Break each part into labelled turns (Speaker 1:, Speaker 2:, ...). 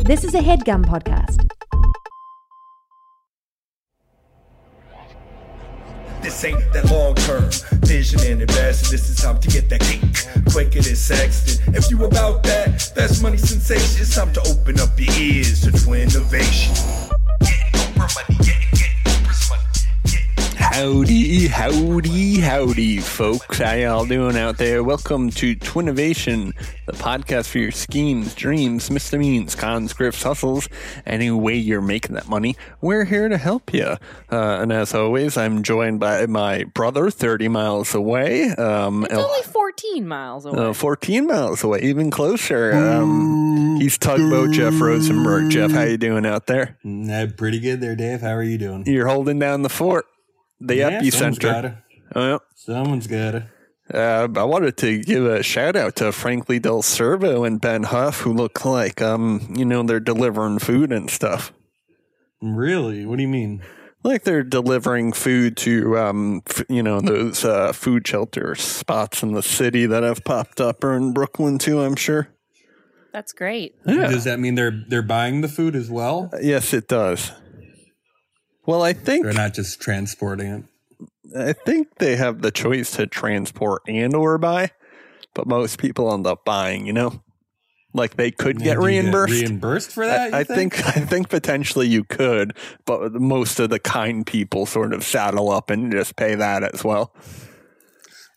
Speaker 1: This is a headgum podcast.
Speaker 2: This ain't that long term vision and investing. This is time to get that cake quicker than Sexton. If you about that, that's money sensation. It's time to open up your ears to twin innovation. Getting Oprah money, getting, getting Oprah's money. Getting-
Speaker 3: Howdy, howdy, howdy, folks. How y'all doing out there? Welcome to Twinnovation, the podcast for your schemes, dreams, misdemeans, conscripts, hustles, any way you're making that money. We're here to help you. Uh, and as always, I'm joined by my brother 30 miles away. Um,
Speaker 4: It's
Speaker 3: El-
Speaker 4: only 14 miles away.
Speaker 3: uh, 14 miles away, even closer. Um, he's Tugboat Jeff Rosenberg. Jeff, how you doing out there?
Speaker 5: Uh, pretty good there, Dave. How are you doing?
Speaker 3: You're holding down the fort, the
Speaker 5: someone's
Speaker 3: epicenter.
Speaker 5: got to.
Speaker 3: Well,
Speaker 5: Someone's got to.
Speaker 3: Uh, I wanted to give a shout out to Frankly Del Servo and Ben Huff, who look like um, you know, they're delivering food and stuff.
Speaker 5: Really? What do you mean?
Speaker 3: Like they're delivering food to um, f- you know, those uh, food shelter spots in the city that have popped up or in Brooklyn too. I'm sure.
Speaker 4: That's great.
Speaker 5: Does that mean they're they're buying the food as well?
Speaker 3: Yes, it does. Well, I think
Speaker 5: They're not just transporting it.
Speaker 3: I think they have the choice to transport and or buy, but most people end up buying. You know, like they could
Speaker 5: Do you
Speaker 3: get reimbursed.
Speaker 5: reimbursed for that? you
Speaker 3: I, I think? I think potentially you could, but most of the kind people sort of saddle up and just pay that as well.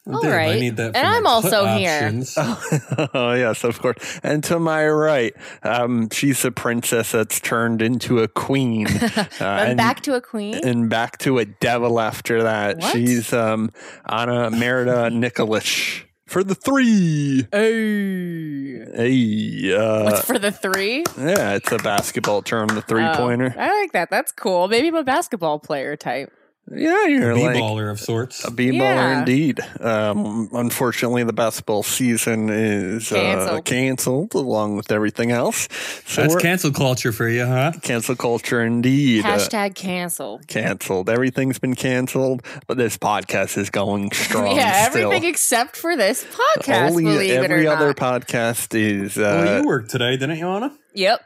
Speaker 5: Well,
Speaker 4: All
Speaker 5: Dave, I
Speaker 4: right.
Speaker 5: need that. For
Speaker 4: And
Speaker 5: my
Speaker 4: I'm also
Speaker 5: put
Speaker 4: here.
Speaker 5: options.
Speaker 3: oh yes, of course. And to my right, um, she's a princess that's turned into a queen. uh,
Speaker 4: I'm
Speaker 3: and-
Speaker 4: back to a queen.
Speaker 3: and back to a devil after that.
Speaker 4: What?
Speaker 3: She's um, Anna Merida Nikolish for the three.
Speaker 4: Hey.
Speaker 3: Hey, uh,
Speaker 4: What's for the three?
Speaker 3: yeah, it's a basketball term, the three
Speaker 4: Oh,
Speaker 3: pointer.
Speaker 4: I like that. That's cool. Maybe I'm a basketball player type.
Speaker 3: Yeah, you're
Speaker 5: B
Speaker 3: like
Speaker 5: baller of sorts.
Speaker 3: A B baller
Speaker 4: Yeah.
Speaker 3: indeed. Um, unfortunately, the basketball season is Uh,
Speaker 4: Canceled.
Speaker 3: canceled along with everything else. So
Speaker 5: That's
Speaker 3: we're-
Speaker 5: cancel culture for you, huh?
Speaker 3: cancel culture indeed. Uh,
Speaker 4: Hashtag cancel.
Speaker 3: canceled. Everything's been canceled, but this podcast is going strong.
Speaker 4: yeah,
Speaker 3: Um, still.
Speaker 4: everything except for this podcast,
Speaker 3: Only
Speaker 4: believe it or
Speaker 3: every
Speaker 4: not.
Speaker 3: other podcast is.
Speaker 5: well,
Speaker 3: Uh,
Speaker 5: you worked today, didn't you, Anna?
Speaker 4: yep.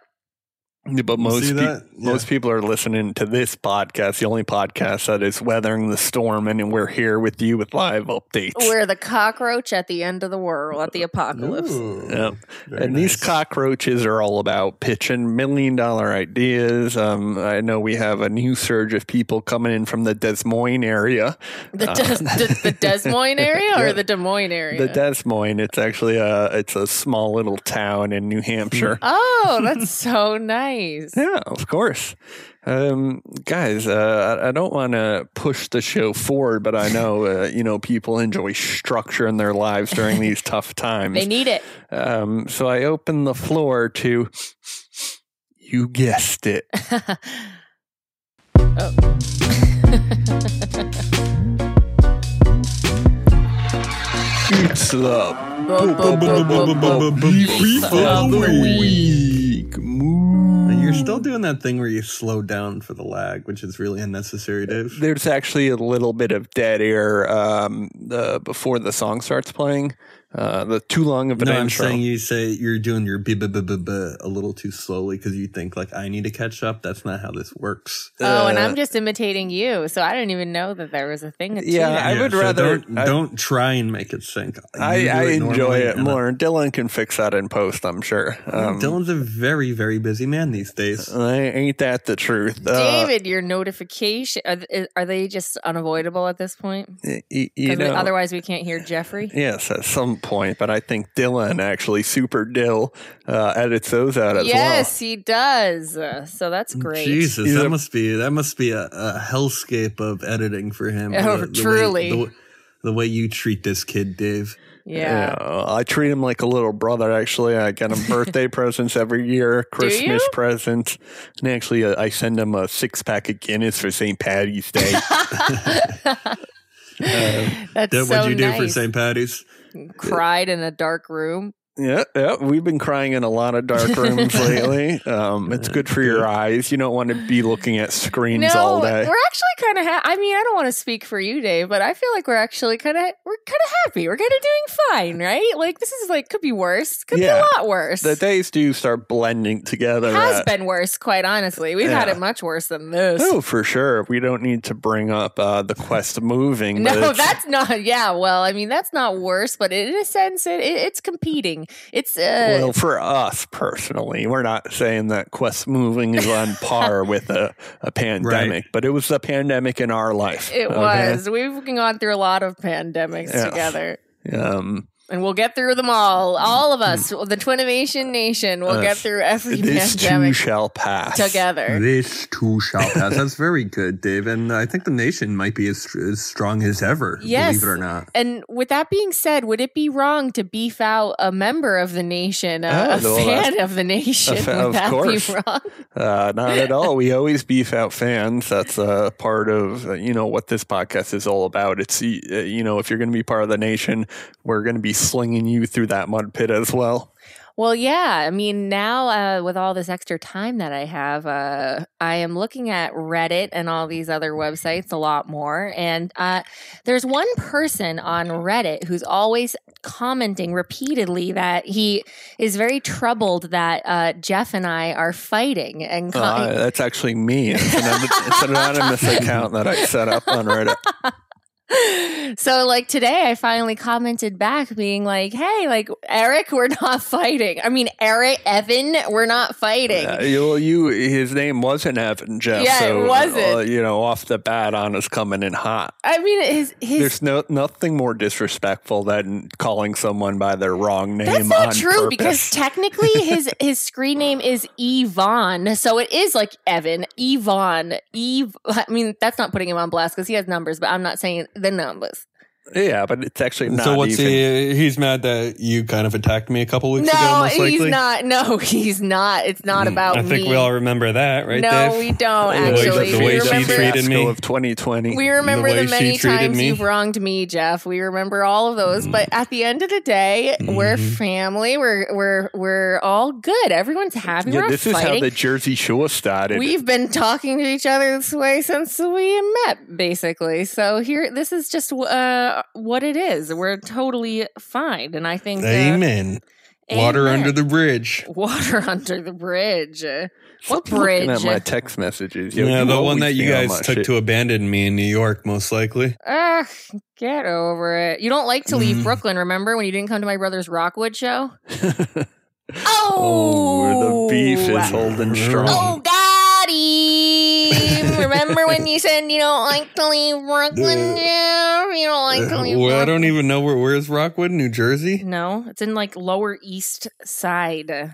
Speaker 3: but most
Speaker 5: see
Speaker 3: peop-
Speaker 5: that? Yeah.
Speaker 3: most people are listening to this podcast, the only podcast that is weathering the storm, and we're here with you with live updates.
Speaker 4: We're the cockroach at the end of the world, at the apocalypse.
Speaker 5: Ooh,
Speaker 3: Yep.
Speaker 5: very
Speaker 3: and these
Speaker 5: nice.
Speaker 3: cockroaches are all about pitching million dollar ideas. Um, I know we have a new surge of people coming in from the Des Moines area.
Speaker 4: The, Des- the, the Des Moines area or the Des Moines area?
Speaker 3: The Des Moines, it's actually a it's a small little town in New Hampshire.
Speaker 4: oh, that's so nice.
Speaker 3: Yeah, of course. Um, guys, uh, I, I don't want to push the show forward, but I know uh, you know people enjoy structure in their lives during these tough times.
Speaker 4: They need it.
Speaker 3: um, so I open the floor to you guessed it. It's the beef of the week.
Speaker 5: And
Speaker 3: Moo.
Speaker 5: You're still doing that thing where you slow down for the lag, which is really unnecessary, Dave.
Speaker 3: There's actually a little bit of dead air um, uh, before the song starts playing. Uh, the too long of an
Speaker 5: no, I'm
Speaker 3: intro.
Speaker 5: saying you say you're doing your b b b b b a little too slowly because you think like I need to catch up. That's not how this works.
Speaker 4: Oh,
Speaker 3: Uh,
Speaker 4: and I'm just imitating you, so I didn't even know that there was a thing.
Speaker 3: Yeah, I would rather-
Speaker 5: don't,
Speaker 3: I-
Speaker 5: don't try and make it sync. You
Speaker 3: I,
Speaker 5: do
Speaker 3: I enjoy
Speaker 5: normally,
Speaker 3: it
Speaker 5: and
Speaker 3: more. Dylan can fix that in post, I'm sure.
Speaker 5: I-
Speaker 3: Um, uh,
Speaker 5: Dylan's a very very busy man these days.
Speaker 3: ain't that the truth? Uh,
Speaker 4: David, your notification are, th- are they just unavoidable at this point?
Speaker 3: y- y- you
Speaker 4: 'Cause we-
Speaker 3: know,
Speaker 4: otherwise, we can't hear Jeffrey.
Speaker 3: Yes, at some point, but I think Dylan actually Super Dill uh, edits those out as
Speaker 4: yes, he does. Uh, So that's
Speaker 3: Mm,
Speaker 4: great.
Speaker 5: Jesus,
Speaker 3: He's
Speaker 5: that
Speaker 3: a-
Speaker 5: must be that must be a, a hellscape of editing for him.
Speaker 4: Oh,
Speaker 5: way-
Speaker 4: truly.
Speaker 5: the, the way you treat this kid, Dave.
Speaker 3: well.
Speaker 4: Yeah.
Speaker 3: Yeah, I treat him like a little brother. Actually, I get him birthday presents every year, Christmas
Speaker 4: you?
Speaker 3: presents, and actually, uh, I send him a six pack of Guinness for St. Patty's Day.
Speaker 4: that's so
Speaker 5: Deb, what'd you do
Speaker 4: nice.
Speaker 5: for St. Patty's?
Speaker 4: Cried in a dark room.
Speaker 3: Yeah, yeah. We've been crying in a lot of dark rooms lately. Um, it's good for your eyes. You don't want to be looking at screens all
Speaker 4: No, we're
Speaker 3: day.
Speaker 4: actually kind of. Ha- I mean, I don't want to speak for you, Dave, but I feel like we're actually kind of we're kind of happy. We're kind of doing fine, right? Like this is like could be worse. Could be
Speaker 3: Yeah.
Speaker 4: a lot worse.
Speaker 3: The days do start blending together.
Speaker 4: Has
Speaker 3: at-
Speaker 4: been worse, quite honestly. We've had
Speaker 3: Yeah.
Speaker 4: it much worse than this.
Speaker 3: Oh, for sure. We don't need to bring up uh, the quest moving. but
Speaker 4: No,
Speaker 3: it's-
Speaker 4: that's not. Yeah, well, I mean, that's not worse, but in a sense, it, it, it's competing. It's uh,
Speaker 3: well for us personally. We're not saying that quest moving is on par with a, a pandemic, but it was a pandemic in our life.
Speaker 4: it
Speaker 3: okay?
Speaker 4: was. We've gone through a lot of pandemics
Speaker 3: Yeah.
Speaker 4: together,
Speaker 3: Um,
Speaker 4: and we'll get through them all. All of us, the Twinnovation Nation, will
Speaker 3: Uh,
Speaker 4: get through every
Speaker 3: this too
Speaker 4: pandemic
Speaker 3: shall pass.
Speaker 4: together.
Speaker 5: This too shall pass. That's very good, Dave. And I think the nation might be as, as strong as ever,
Speaker 4: Yes.
Speaker 5: believe it or not.
Speaker 4: And with that being said, would it be wrong to beef out a member of the nation,
Speaker 3: Oh,
Speaker 4: a, a
Speaker 3: well, that's-
Speaker 4: fan of the nation?
Speaker 3: of
Speaker 4: would that
Speaker 3: course.
Speaker 4: be wrong?
Speaker 3: Uh, not at all. We always beef out fans. That's a part of uh, you know what this podcast is all about. It's uh, you know if you're going to be part of the nation, we're going to be slinging you through that mud pit as well.
Speaker 4: Well, yeah. I mean, now uh, with all this extra time that I have, uh, I am looking at Reddit and all these other websites a lot more. And uh, there's one person on Reddit who's always commenting repeatedly that he is very troubled that uh, Jeff and I are fighting and. co-
Speaker 3: Uh, that's actually me. It's an, it's an anonymous account that I set up on Reddit.
Speaker 4: so like today I finally commented back being like, "Hey, like Eric, we're not fighting. I mean, Eric Evan, we're not fighting."
Speaker 3: Uh, you, you, his name wasn't Evan Jeff.
Speaker 4: Yeah, it
Speaker 3: so,
Speaker 4: wasn't.
Speaker 3: uh, you know, off the bat, on us coming in hot.
Speaker 4: I mean, his his
Speaker 3: There's no nothing more disrespectful than calling someone by their wrong name.
Speaker 4: That's not
Speaker 3: on
Speaker 4: true
Speaker 3: purpose.
Speaker 4: because technically his his screen name is Yvonne, so it is like Evan Yvonne Eve. I mean, that's not putting him on blast because he has numbers, but I'm not saying the numbers.
Speaker 3: yeah, but it's actually not
Speaker 5: so what's
Speaker 3: even.
Speaker 5: he? He's mad that you kind of attacked me a couple weeks ago.
Speaker 4: no,
Speaker 5: Most
Speaker 4: he's
Speaker 5: likely. Hmm.
Speaker 4: not. No, he's not. It's
Speaker 3: Hmm.
Speaker 4: not about
Speaker 5: I think
Speaker 4: me.
Speaker 5: we all remember that, right,
Speaker 4: no,
Speaker 5: Dave?
Speaker 4: we don't
Speaker 5: The way-
Speaker 4: actually.
Speaker 5: the
Speaker 4: we
Speaker 5: way she
Speaker 4: remember
Speaker 5: treated me.
Speaker 3: of 2020.
Speaker 4: We remember the,
Speaker 5: way she
Speaker 4: many
Speaker 5: treated
Speaker 4: times
Speaker 5: me. Mm.
Speaker 4: you've wronged me, Jeff. We remember all of those. But at the end of the day, we're
Speaker 5: Mm-hmm.
Speaker 4: family. We're we're we're all good. Everyone's happy.
Speaker 3: yeah,
Speaker 4: we're
Speaker 3: this
Speaker 4: not
Speaker 3: is how
Speaker 4: fighting.
Speaker 3: the Jersey Shore started.
Speaker 4: We've been talking to each other this way since we met, basically. So here, this is just uh, what it is. We're totally fine, and I think uh,
Speaker 5: Amen. Water
Speaker 4: amen.
Speaker 5: under the bridge.
Speaker 4: water under the bridge. Uh, What
Speaker 3: Stop looking at
Speaker 4: bridge?
Speaker 3: my text messages. Yo,
Speaker 5: yeah,
Speaker 3: you
Speaker 5: the one
Speaker 3: always
Speaker 5: that you
Speaker 3: be on
Speaker 5: guys
Speaker 3: my
Speaker 5: took
Speaker 3: shit.
Speaker 5: to abandon me in New York, most likely.
Speaker 4: Ugh, get over it. You don't like to leave
Speaker 3: Mm-hmm.
Speaker 5: Mm.
Speaker 4: Brooklyn, remember when you didn't come to my brother's Rockwood show?
Speaker 3: Oh,
Speaker 4: Oh,
Speaker 3: the beef is holding strong.
Speaker 4: Oh, got him. Remember when you said you don't like to leave Brooklyn, Jeff? You don't like
Speaker 3: Uh,
Speaker 4: to leave
Speaker 5: Uh, well, I
Speaker 4: Brooklyn.
Speaker 5: don't even know where. Where's Rockwood, New Jersey?
Speaker 4: No, it's in like Lower East Side.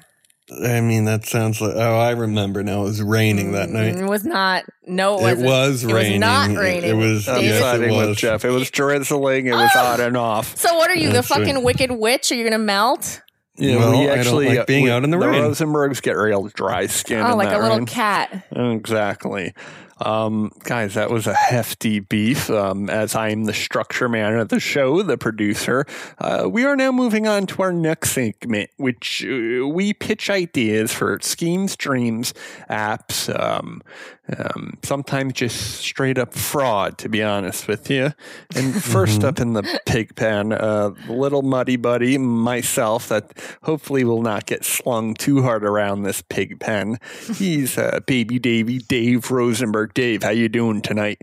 Speaker 5: I mean, that sounds like. Oh, I remember now. It was raining that night.
Speaker 4: It was not. No, it
Speaker 5: It
Speaker 4: wasn't.
Speaker 5: was
Speaker 4: It was
Speaker 5: raining.
Speaker 4: not
Speaker 5: It-
Speaker 4: raining.
Speaker 5: It was.
Speaker 3: I'm
Speaker 4: David-
Speaker 5: Yes, it
Speaker 3: siding with
Speaker 5: was.
Speaker 3: Jeff. It was drizzling. It was
Speaker 4: Oh.
Speaker 3: on and off.
Speaker 4: So what are you, the
Speaker 5: That's right.
Speaker 4: fucking Wicked Witch? Are you gonna melt?
Speaker 3: Yeah,
Speaker 5: Well, I
Speaker 3: we
Speaker 5: don't
Speaker 3: actually
Speaker 5: like being
Speaker 3: we-
Speaker 5: out in the rain.
Speaker 3: Rosenbergs get real dry skin.
Speaker 4: Oh,
Speaker 3: in
Speaker 4: like
Speaker 3: that
Speaker 4: a little
Speaker 3: rain.
Speaker 4: cat.
Speaker 3: Exactly. Um, guys, that was a hefty beef. Um, as I am the structure man of the show, the producer, uh, we are now moving on to our next segment, which uh, we pitch ideas for schemes, dreams, apps, um, um, sometimes just straight up fraud, to be honest with you. And 1st up in the pig pen, uh, little muddy buddy, myself, that hopefully will not get slung too hard around this pig pen. He's uh, baby Davy, Dave Rosenberg. Dave, how you doing tonight?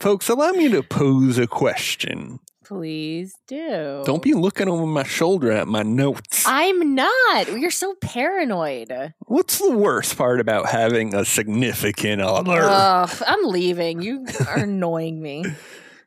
Speaker 3: Folks, allow me to pose a question.
Speaker 4: Please do.
Speaker 3: Don't be looking over my shoulder at my notes.
Speaker 4: I'm not. You're so paranoid.
Speaker 3: What's the worst part about having a significant other?
Speaker 4: Ugh, I'm leaving. You are annoying me.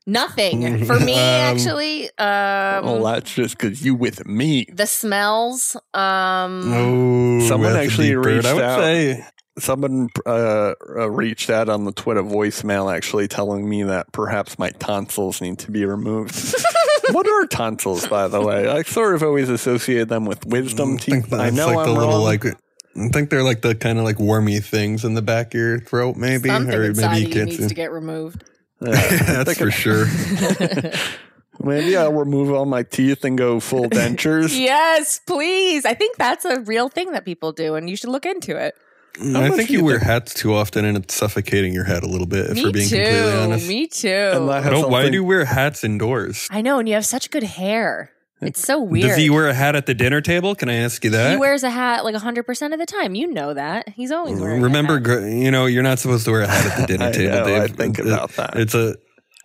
Speaker 4: Nothing for me
Speaker 5: Um,
Speaker 4: actually. Um,
Speaker 3: well, Oh, that's just because you with me.
Speaker 4: the smells. Um,
Speaker 5: Oh,
Speaker 3: Someone
Speaker 5: that's a
Speaker 3: actually
Speaker 5: deep bird.
Speaker 3: reached
Speaker 5: I would
Speaker 3: out.
Speaker 5: say
Speaker 3: Someone uh, uh, reached out on the Twitter voicemail actually telling me that perhaps my tonsils need to be removed. what are tonsils, by the way? I sort of always associate them with wisdom
Speaker 5: Mm, I think
Speaker 3: teeth.
Speaker 5: that's
Speaker 3: I know
Speaker 5: like
Speaker 3: I'm
Speaker 5: the
Speaker 3: wrong.
Speaker 5: little like. I think they're like the kind of like wormy things in the back of your throat, maybe,
Speaker 4: something
Speaker 5: or
Speaker 4: inside
Speaker 5: maybe you
Speaker 4: of you
Speaker 5: can't.
Speaker 4: needs
Speaker 5: see.
Speaker 4: to get removed.
Speaker 3: Yeah.
Speaker 5: That's for sure.
Speaker 3: Maybe I'll remove all my teeth and go full dentures.
Speaker 4: Yes, please. I think that's a real thing that people do, and you should look into it.
Speaker 5: I
Speaker 3: much
Speaker 5: think
Speaker 3: do
Speaker 5: you
Speaker 3: you
Speaker 5: wear
Speaker 3: think-
Speaker 5: hats too often and it's suffocating your head a little bit, if
Speaker 4: Me
Speaker 5: we're being completely
Speaker 4: too.
Speaker 5: honest.
Speaker 4: Me
Speaker 3: And
Speaker 4: too.
Speaker 3: I
Speaker 5: I
Speaker 3: have
Speaker 5: don't, why
Speaker 3: something-
Speaker 5: do you wear hats indoors?
Speaker 4: I know, and you have such good hair. It's so weird.
Speaker 5: Does he wear a hat at the dinner table? Can I ask you that?
Speaker 4: He wears a hat like 100% of the time. You know that. He's always wearing a
Speaker 5: Remember,
Speaker 4: hat.
Speaker 5: gr- you know, you're not supposed to wear a hat at the
Speaker 3: I
Speaker 5: dinner table,
Speaker 3: know, I
Speaker 5: Dave.
Speaker 3: think
Speaker 5: It-
Speaker 3: about that.
Speaker 5: It's a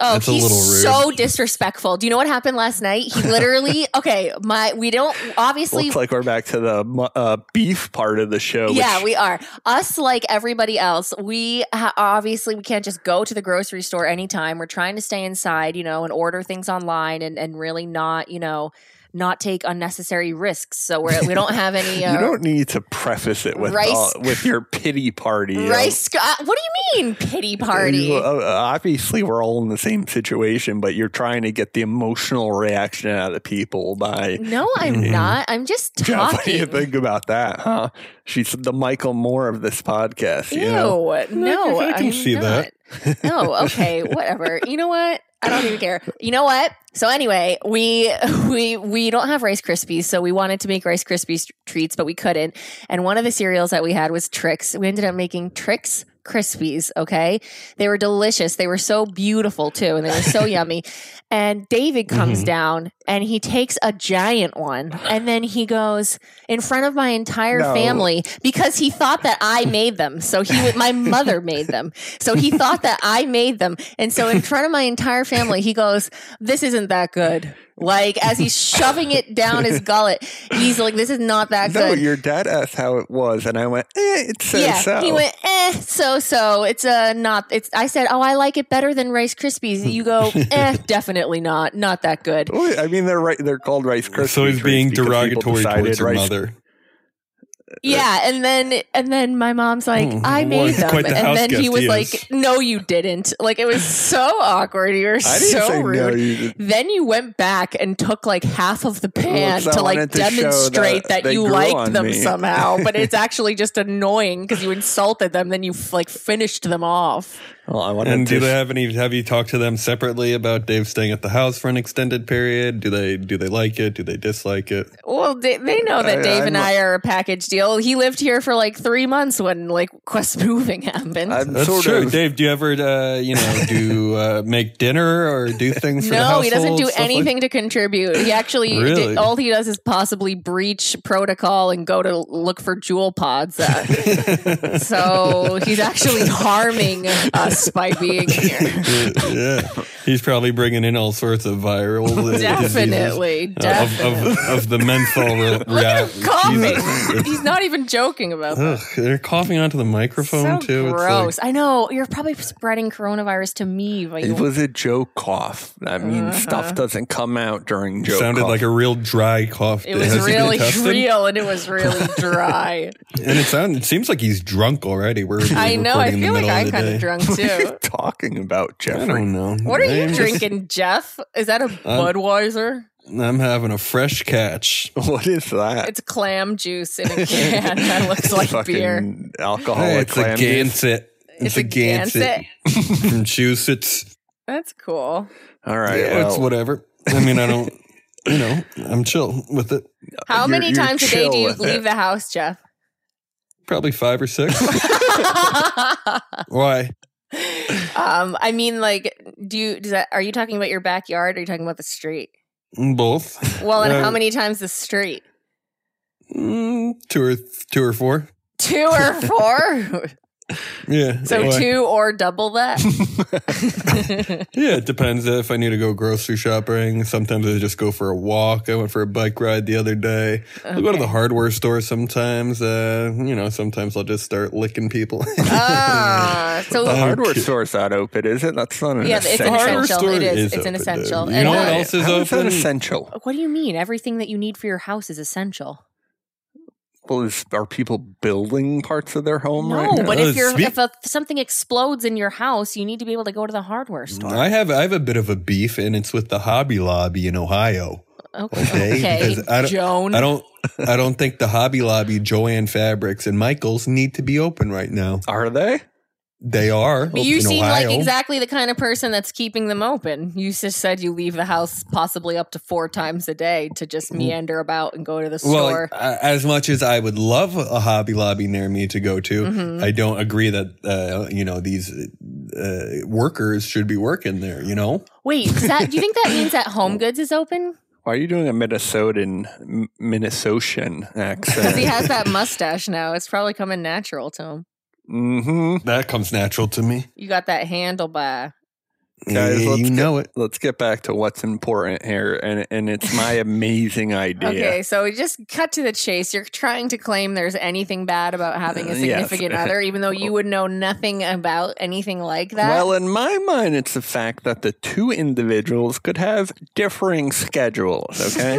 Speaker 4: Oh,
Speaker 5: That's a
Speaker 4: he's
Speaker 5: little rude.
Speaker 4: so disrespectful. Do you know what happened last night? He literally, okay, my, we don't, obviously,
Speaker 3: Looks like we're back to the mu- uh, beef part of the show. Oh, which-
Speaker 4: yeah, we are. Us, like everybody else, we ha- obviously we can't just go to the grocery store anytime. We're trying to stay inside, you know, and order things online and, and really not, you know, not take unnecessary risks. So we're, we don't have any. Uh,
Speaker 3: you don't need to preface it with
Speaker 4: Rice-
Speaker 3: all, with your pity party. of-
Speaker 4: Rice, uh, what do you mean pity party?
Speaker 3: You- uh, obviously, we're all in the same situation, but you're trying to get the emotional reaction out of people by.
Speaker 4: No, I'm
Speaker 3: Mm.
Speaker 4: not. I'm just
Speaker 3: Jeff, what do
Speaker 4: talking.
Speaker 3: you think about that, huh? She's the Michael Moore of this podcast.
Speaker 4: Ew,
Speaker 3: You know?
Speaker 4: no,
Speaker 5: I can
Speaker 4: I'm
Speaker 5: see
Speaker 4: not. no, okay, whatever. You know what? I don't even care. You know what? So anyway, we we we don't have Rice Krispies, so we wanted to make Rice Krispies treats, but we couldn't. And one of the cereals that we had was Trix. We ended up making Trix Krispies. Okay, they were delicious. They were so beautiful too, and they were so yummy. And David comes
Speaker 3: Mm-hmm.
Speaker 4: down and he takes a giant one, and then he goes in front of my entire
Speaker 3: No.
Speaker 4: family because he thought that I made them. So he, w- my mother made them. So he thought that I made them. And so in front of my entire family, he goes, This isn't that good. Like as he's shoving it down his gullet, he's like, This is not that
Speaker 3: No,
Speaker 4: good.
Speaker 3: your dad asked how it was, and I went, eh, it's so
Speaker 4: yeah,
Speaker 3: so.
Speaker 4: he went eh, so so. It's uh, not. It's. I said, oh, I like it better than Rice Krispies. You go, eh, definitely not. Not that good.
Speaker 3: Well, Oh, I mean, they're right. They're called Rice Krispies.
Speaker 5: so he's
Speaker 3: treats
Speaker 5: being
Speaker 3: because people
Speaker 5: derogatory
Speaker 3: decided
Speaker 5: towards your
Speaker 3: Rice-
Speaker 5: mother.
Speaker 4: Yeah, Mm-hmm. and then and then my mom's like,
Speaker 5: Hmm,
Speaker 4: I
Speaker 5: well,
Speaker 4: made
Speaker 5: he's
Speaker 4: them,
Speaker 5: quite the
Speaker 4: and
Speaker 5: house
Speaker 4: then he
Speaker 5: guest
Speaker 4: was
Speaker 5: he
Speaker 4: like,
Speaker 5: is.
Speaker 4: No, you didn't. Like it was so awkward. You were
Speaker 3: I didn't
Speaker 4: so
Speaker 3: say
Speaker 4: rude.
Speaker 3: no. You didn't.
Speaker 4: Then you went back and took like half of the pan
Speaker 3: Well, 'cause I
Speaker 4: to like
Speaker 3: wanted to show that
Speaker 4: demonstrate that,
Speaker 3: they
Speaker 4: you
Speaker 3: grew
Speaker 4: liked
Speaker 3: on
Speaker 4: them
Speaker 3: me.
Speaker 4: somehow, but it's actually just annoying because you insulted them, then you like finished them off.
Speaker 3: Well, Oh, I wanted
Speaker 5: And
Speaker 3: to
Speaker 5: do they have any? Have you talked to them separately about Dave staying at the house for an extended period? Do they do they like it? Do they dislike it?
Speaker 4: Well, they, they know that
Speaker 3: I-
Speaker 4: Dave and
Speaker 3: I'm-
Speaker 4: I are Uh, a package deal. He lived here for like three months when like Quest moving happened.
Speaker 3: I'm
Speaker 5: That's
Speaker 3: sort
Speaker 5: true.
Speaker 3: of.
Speaker 5: Dave, do you ever uh, you know do uh, make dinner or do things? For the
Speaker 4: No, he doesn't
Speaker 5: household,
Speaker 4: do
Speaker 5: stuff like-
Speaker 4: anything to contribute. He actually
Speaker 5: Really?
Speaker 4: all he does is possibly breach protocol and go to look for jewel pods. Uh, so he's actually harming us by being here.
Speaker 5: yeah, he's probably bringing in all sorts of viral uh, diseases.
Speaker 4: Definitely,
Speaker 5: Uh, of,
Speaker 4: definitely.
Speaker 5: of, of the menthol re-
Speaker 4: Look at him
Speaker 5: reaction.
Speaker 4: coughing. He's not even joking about that.
Speaker 5: Ugh, they're coughing onto the microphone
Speaker 4: So
Speaker 5: too. It's like-
Speaker 4: gross. I know you're probably spreading coronavirus to me. But
Speaker 3: It was a joke cough. I mean,
Speaker 4: Uh-huh.
Speaker 3: stuff doesn't come out during joke.
Speaker 5: sounded
Speaker 3: cough.
Speaker 5: like a real dry cough.
Speaker 4: it was
Speaker 5: Has he been
Speaker 4: really
Speaker 5: tested?
Speaker 4: real, and it was really dry.
Speaker 5: And it sounds. It seems like he's drunk already. We're. we're
Speaker 4: I know. I
Speaker 5: recording in the
Speaker 4: feel like
Speaker 5: middle
Speaker 4: I'm
Speaker 5: the
Speaker 4: kind
Speaker 5: day.
Speaker 4: of drunk too.
Speaker 3: talking about
Speaker 5: I
Speaker 3: Jeffrey.
Speaker 5: don't know.
Speaker 4: What are you
Speaker 5: I'm just-
Speaker 4: drinking, Jeff? Is that a
Speaker 3: Uh,
Speaker 4: Budweiser?
Speaker 5: I'm having a fresh catch.
Speaker 3: What is that?
Speaker 4: It's clam juice in a can that looks like
Speaker 3: fucking
Speaker 4: beer.
Speaker 3: alcoholic
Speaker 5: Hey, it's a
Speaker 3: clam juice.
Speaker 5: Gansett.
Speaker 4: It's a Gansett.
Speaker 5: from Massachusetts.
Speaker 4: That's cool.
Speaker 3: All right,
Speaker 5: Yeah,
Speaker 3: well,
Speaker 5: it's whatever. I mean, I don't. You know, I'm chill with it.
Speaker 4: How
Speaker 3: You're-
Speaker 4: many
Speaker 3: you're
Speaker 4: times a day
Speaker 3: chill
Speaker 4: do you
Speaker 3: with
Speaker 4: leave
Speaker 3: it.
Speaker 4: the house, Jeff?
Speaker 5: Probably five or six. Why?
Speaker 4: um, I mean, like, do you? Does that? Are you talking about your backyard? Or are you talking about the street?
Speaker 5: Both.
Speaker 4: Well, and
Speaker 5: Uh,
Speaker 4: how many times the street?
Speaker 5: Mm, two or two or four.
Speaker 4: Two or four?
Speaker 5: Yeah.
Speaker 4: so
Speaker 5: Why?
Speaker 4: two or double that?
Speaker 5: Yeah, it depends if I need to go grocery shopping. Sometimes I just go for a walk. I went for a bike ride the other day. I'll go to the hardware store sometimes. Uh, you know, sometimes I'll just start licking people.
Speaker 4: Ah, so
Speaker 3: the hardware
Speaker 5: Okay.
Speaker 3: store's not open, is it? That's not an
Speaker 4: Yeah, it's an
Speaker 3: essential.
Speaker 4: essential. It is. It's
Speaker 5: open,
Speaker 4: an
Speaker 5: Dave.
Speaker 4: essential.
Speaker 5: You know what
Speaker 4: And, uh,
Speaker 5: else is
Speaker 3: How that
Speaker 5: open?
Speaker 3: essential?
Speaker 4: What do you mean? Everything that you need for your house is essential.
Speaker 3: Well, is, are people building parts of their home
Speaker 4: No,
Speaker 3: right now?
Speaker 4: but
Speaker 5: Uh,
Speaker 4: if you're
Speaker 5: speak-
Speaker 4: if a, something explodes in your house, you need to be able to go to the
Speaker 5: Mm,
Speaker 4: hardware store.
Speaker 5: I have I have a bit of a beef, and it's with the Hobby Lobby in Ohio.
Speaker 4: Okay, okay,
Speaker 5: because I don't-
Speaker 4: Joan.
Speaker 5: I don't I don't think the Hobby Lobby, Joanne Fabrics, and Michaels need to be open right now.
Speaker 3: Are they?
Speaker 5: They are.
Speaker 4: But you
Speaker 5: in
Speaker 4: seem like
Speaker 5: Ohio.
Speaker 4: exactly the kind of person that's keeping them open. You just said you leave the house possibly up to four times a day to just meander about and go to the
Speaker 5: Mm. Well,
Speaker 4: store.
Speaker 5: I- as much as I would love a Hobby Lobby near me to go to,
Speaker 4: Mm-hmm.
Speaker 5: I don't agree that uh, you know these uh, workers should be working there. You know,
Speaker 4: Wait, does that, do you think that means that Home Goods is open?
Speaker 3: Why are you doing a Minnesotan, M- Minnesotian
Speaker 4: Because he
Speaker 3: accent?
Speaker 4: has that mustache now. It's probably coming natural to him.
Speaker 3: mm-hmm.
Speaker 5: that comes natural to me.
Speaker 4: You got that handle by.
Speaker 3: Guys,
Speaker 5: Yeah,
Speaker 3: let's
Speaker 5: you
Speaker 3: get-
Speaker 5: know it.
Speaker 3: Let's get back to what's important here, and and it's my amazing idea.
Speaker 4: Okay, so we just cut to the chase. You're trying to claim there's anything bad about having a
Speaker 3: Uh, yes.
Speaker 4: significant other, even though you would know nothing about anything like that.
Speaker 3: Well, in my mind, it's the fact that the two individuals could have differing schedules. Okay,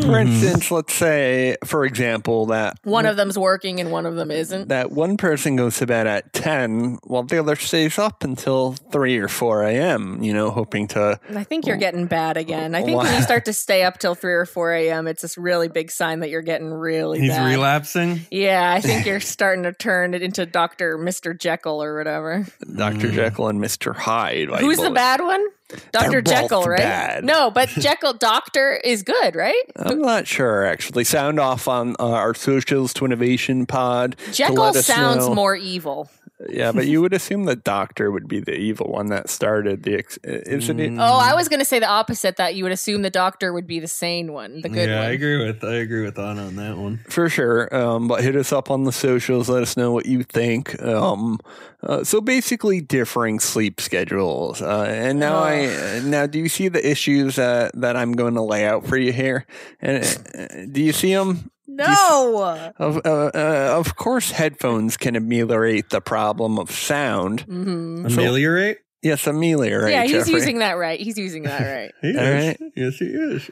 Speaker 3: for instance, let's say, for example, that
Speaker 4: one of them's working and one of them isn't.
Speaker 3: that one person goes to bed at ten, while the other stays up until three or four a.m. You know, hoping to
Speaker 4: I think you're getting bad again. I think when
Speaker 3: Why?
Speaker 4: you start to stay up till three or four a.m., it's this really big sign that you're getting really
Speaker 5: He's
Speaker 4: bad.
Speaker 5: relapsing.
Speaker 4: Yeah, I think you're starting to turn it into Doctor Mister Jekyll or whatever.
Speaker 3: Doctor Jekyll and Mister Hyde. like
Speaker 4: Who's the
Speaker 3: bullet-
Speaker 4: bad one? Doctor
Speaker 3: They're both
Speaker 4: Jekyll, right?
Speaker 3: bad. Uh,
Speaker 4: No, but Jekyll Doctor is good, right?
Speaker 3: I'm not sure actually. Sound off on uh, our socials to Innovation Pod. to
Speaker 4: Jekyll
Speaker 3: let us
Speaker 4: sounds
Speaker 3: know.
Speaker 4: more evil.
Speaker 3: Yeah, but you would assume the doctor would be the evil one that started the. Ex- isn't it?
Speaker 4: Oh, I was going to say the opposite that you would assume the doctor would be the sane one, the good
Speaker 5: yeah, I
Speaker 4: one.
Speaker 5: agree with I agree with Anna on that one.
Speaker 3: for sure. Um, but hit us up on the socials. Let us know what you think. Um, uh, so basically, differing sleep schedules. Uh, and now I now do you see the issues that that I'm going to lay out for you here? And uh, do you see them?
Speaker 4: No.
Speaker 3: Of uh, uh, of course, headphones can ameliorate the problem of sound.
Speaker 4: hmm
Speaker 5: Mm-hmm. Ameliorate.
Speaker 3: Yes, ameliorate.
Speaker 4: yeah, he's
Speaker 3: Jeffrey.
Speaker 4: using that right. He's using that
Speaker 5: He is.
Speaker 3: All right.
Speaker 5: Yes, he is.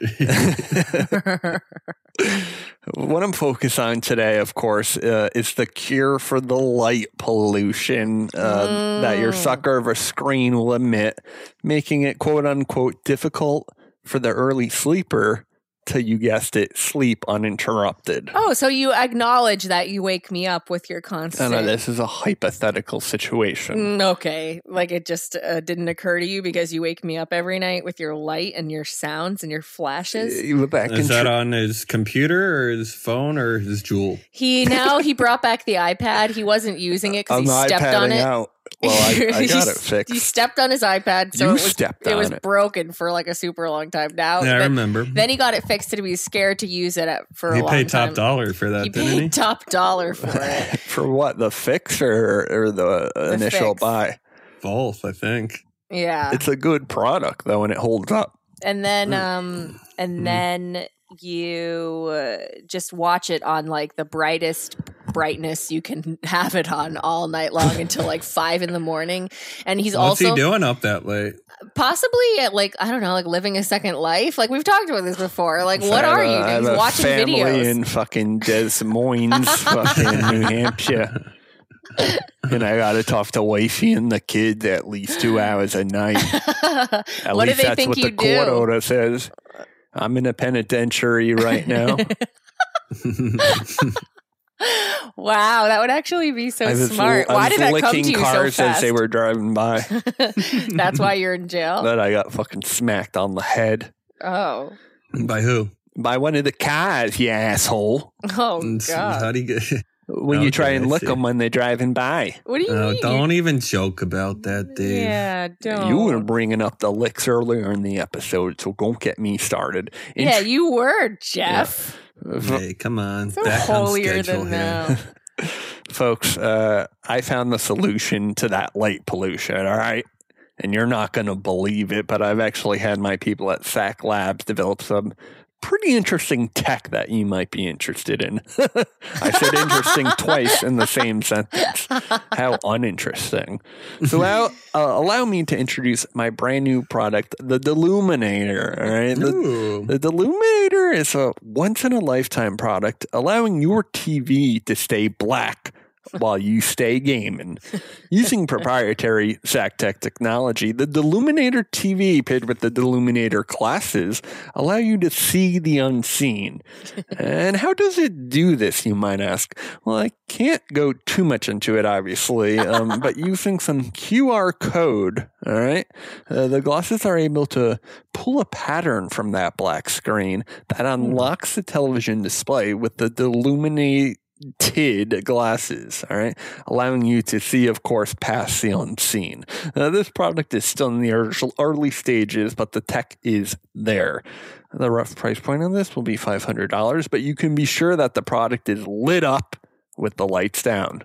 Speaker 4: right.
Speaker 3: What I'm focused on today, of course, uh, is the cure for the light pollution uh, that
Speaker 4: Mm.
Speaker 3: your sucker of a screen will emit, making it quote unquote difficult for the early sleeper to, you guessed it, sleep uninterrupted.
Speaker 4: oh, so you acknowledge that you wake me up with your
Speaker 3: I
Speaker 4: constant.
Speaker 3: know uh, this is a hypothetical situation.
Speaker 4: Mm, okay, like it just uh, didn't occur to you because you wake me up every night with your light and your sounds and your flashes.
Speaker 3: You were back in
Speaker 5: Is that
Speaker 3: tr-
Speaker 5: on his computer or his phone or his jewel?
Speaker 4: He now he brought back the iPad. He wasn't using it because
Speaker 3: I'm
Speaker 4: he
Speaker 3: not
Speaker 4: stepped on
Speaker 3: padding
Speaker 4: it.
Speaker 3: out. Well, I, I
Speaker 4: You
Speaker 3: got it
Speaker 4: s- You
Speaker 3: fixed.
Speaker 4: stepped on his iPad, so
Speaker 3: You
Speaker 4: it was,
Speaker 3: stepped
Speaker 4: it was
Speaker 3: on it.
Speaker 4: broken for like a super long time. Now,
Speaker 5: Yeah, I
Speaker 4: then-
Speaker 5: remember.
Speaker 4: Then he got it fixed, and he was scared to use it at, for
Speaker 5: He
Speaker 4: a long
Speaker 5: paid
Speaker 4: time.
Speaker 5: top dollar for that,
Speaker 4: He
Speaker 5: didn't he?
Speaker 4: paid top dollar for it.
Speaker 3: For what? The fix or, or the, uh initial
Speaker 4: fix. Uh.
Speaker 3: buy?
Speaker 5: Both, I think.
Speaker 4: Yeah,
Speaker 3: It's a good product, though, and it holds up.
Speaker 4: and then
Speaker 3: Mm.
Speaker 4: um,
Speaker 3: Mm-hmm.
Speaker 4: and then you uh, just watch it on like the brightest brightness you can have it on all night long until like five in the morning. And he's
Speaker 5: What's
Speaker 4: also
Speaker 5: he doing up that late?
Speaker 4: possibly at like I don't know, like living a second life. Like we've talked about this before. Like what
Speaker 3: I have
Speaker 4: are
Speaker 3: a-
Speaker 4: you?
Speaker 3: I have
Speaker 4: doing?
Speaker 3: a
Speaker 4: He's watching
Speaker 3: family
Speaker 4: videos.
Speaker 3: in fucking Des Moines, fucking New Hampshire. and I gotta talk to wifey and the kid at least two hours a night. At
Speaker 4: What do
Speaker 3: least
Speaker 4: they
Speaker 3: that's
Speaker 4: think
Speaker 3: what
Speaker 4: you
Speaker 3: the court
Speaker 4: do?
Speaker 3: order says. I'm in a penitentiary right now.
Speaker 4: wow, that would actually be so
Speaker 3: I was,
Speaker 4: smart.
Speaker 3: I
Speaker 4: Why
Speaker 3: was
Speaker 4: did that come to
Speaker 3: licking
Speaker 4: you so
Speaker 3: cars as
Speaker 4: fast?
Speaker 3: they were driving by.
Speaker 4: That's why you're in jail.
Speaker 3: then I got fucking smacked on the head
Speaker 4: Oh,
Speaker 5: By who?
Speaker 3: by one of the cars, you asshole.
Speaker 4: oh
Speaker 5: And so How
Speaker 4: god.
Speaker 5: do you get?
Speaker 3: When you try
Speaker 5: Okay,
Speaker 3: and
Speaker 5: I
Speaker 3: lick
Speaker 5: see.
Speaker 3: them when they're driving by.
Speaker 4: What do you
Speaker 5: Oh,
Speaker 4: mean?
Speaker 5: don't even joke about that, Dave.
Speaker 4: Yeah, don't.
Speaker 3: Uh, You were bringing up the licks earlier in the episode, so don't get me started. In-
Speaker 4: yeah, you were Jeff.
Speaker 5: Hey, come on.
Speaker 4: So
Speaker 5: Back on
Speaker 4: holier
Speaker 5: schedule
Speaker 4: than
Speaker 5: here.
Speaker 4: thou.
Speaker 3: Folks, uh, I found the solution to that light pollution, all right? And you're not going to believe it, but I've actually had my people at SAC Labs develop some pretty interesting tech that you might be interested in. I said interesting twice in the same sentence. How uninteresting. So now, uh, allow me to introduce my brand new product, the Deluminator, all right? The-
Speaker 5: Ooh.
Speaker 3: the Deluminator is a once in a lifetime product allowing your TV to stay black while you stay gaming. Using proprietary SACTEC technology, the Deluminator TV paired with the Deluminator glasses allow you to see the unseen. and how does it do this, you might ask? Well, I can't go too much into it, obviously, um, but using some QR code, all right, uh, the glasses are able to pull a pattern from that black screen that unlocks the television display with the Deluminator tinted glasses, all right, allowing you to see, of course, past the unseen. Now, this product is still in the ear- early stages, but the tech is there. The rough price point on this will be $500, but you can be sure that the product is lit up with the lights down.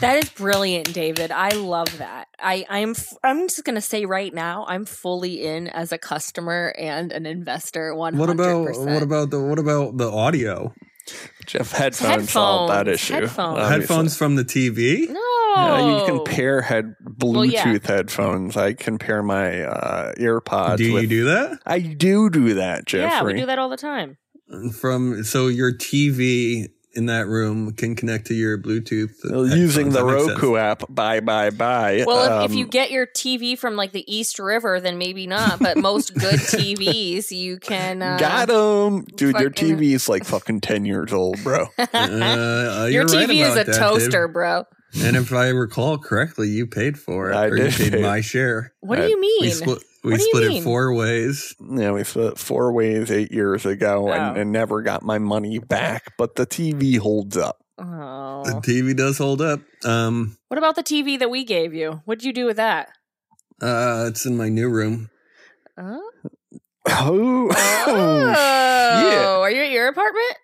Speaker 4: That is brilliant, David. I love that. I, I'm f- I'm just gonna say right now, I'm fully in as a customer and an investor. One
Speaker 5: What
Speaker 4: hundred
Speaker 5: about
Speaker 4: percent.
Speaker 5: what about the what about the audio
Speaker 3: Jeff, headphones solved that
Speaker 4: Headphones,
Speaker 3: issue.
Speaker 4: headphones.
Speaker 3: obviously.
Speaker 5: headphones from the TV?
Speaker 4: No,
Speaker 3: Yeah, you can pair head Bluetooth
Speaker 4: Oh. yeah.
Speaker 3: headphones. I can pair my uh, earpods.
Speaker 5: do you
Speaker 3: with,
Speaker 5: do that
Speaker 3: I do do that, Jeffrey.
Speaker 4: Yeah, we do that all the time.
Speaker 5: from? So your TV in that room can connect to your Bluetooth
Speaker 3: Well,
Speaker 5: headphones.
Speaker 3: using the
Speaker 5: That makes
Speaker 3: Roku
Speaker 5: sense.
Speaker 3: app. Bye, bye, bye.
Speaker 4: Well, if, if
Speaker 3: Um,
Speaker 4: you get your TV from like the East River, then maybe not. But most good TVs, you can. Uh,
Speaker 3: got him, dude. Your
Speaker 4: fucking-
Speaker 3: TV is like fucking ten years old, bro.
Speaker 5: Uh,
Speaker 4: your
Speaker 5: you're right
Speaker 4: TV is
Speaker 5: about
Speaker 4: a
Speaker 5: that, Dave.
Speaker 4: toaster, bro.
Speaker 5: And if I recall correctly, you paid for it.
Speaker 3: I
Speaker 5: or
Speaker 3: did
Speaker 5: You
Speaker 3: pay.
Speaker 5: paid my share.
Speaker 4: What
Speaker 3: Uh,
Speaker 4: do you
Speaker 5: We
Speaker 4: mean?
Speaker 5: split.
Speaker 4: What
Speaker 5: We
Speaker 4: do you
Speaker 5: split
Speaker 4: mean?
Speaker 5: it four ways.
Speaker 3: yeah, we split four ways eight years ago, and,
Speaker 4: Oh.
Speaker 3: and never got my money back. But the TV holds up.
Speaker 5: The
Speaker 4: oh.
Speaker 5: TV does hold up. Um,
Speaker 4: What about the TV that we gave you? What'd you do with that?
Speaker 5: uh, it's in my new room.
Speaker 4: Huh?
Speaker 3: Oh,
Speaker 4: Oh, are you at your apartment?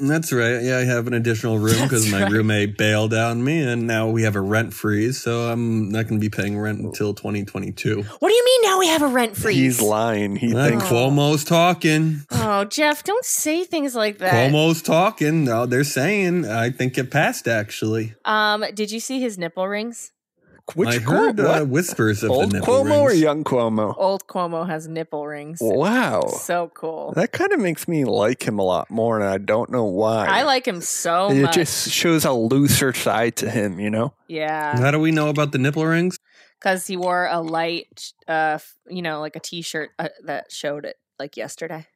Speaker 5: That's right. Yeah, I have an additional room because
Speaker 4: That's
Speaker 5: my
Speaker 4: right.
Speaker 5: roommate bailed on me, and now we have a rent freeze. So I'm not going to be paying rent until 2022.
Speaker 4: What do you mean now we have a rent
Speaker 3: shit!
Speaker 4: freeze?
Speaker 3: He's lying. He
Speaker 5: And
Speaker 3: thinks.
Speaker 5: Cuomo's talking.
Speaker 4: Oh, Jeff, don't say things like that.
Speaker 5: Cuomo's talking. No, they're saying. I think it passed actually.
Speaker 4: Um, did you see his nipple rings?
Speaker 3: Which
Speaker 5: I
Speaker 3: Cuo-
Speaker 5: heard uh,
Speaker 3: what?
Speaker 5: whispers of
Speaker 3: old
Speaker 5: the nipple
Speaker 3: Cuomo or
Speaker 5: rings.
Speaker 3: young Cuomo?
Speaker 4: Old Cuomo has nipple rings.
Speaker 3: Wow,
Speaker 4: So cool.
Speaker 3: Oh. that kind of makes me like him a lot more, and I don't know why.
Speaker 4: I like him so
Speaker 3: it
Speaker 4: much.
Speaker 3: just shows a looser side to him, you know.
Speaker 4: yeah,
Speaker 5: How do we know about the nipple rings?
Speaker 4: because he wore a light, uh, f- you know, like a T-shirt uh, that showed it like yesterday.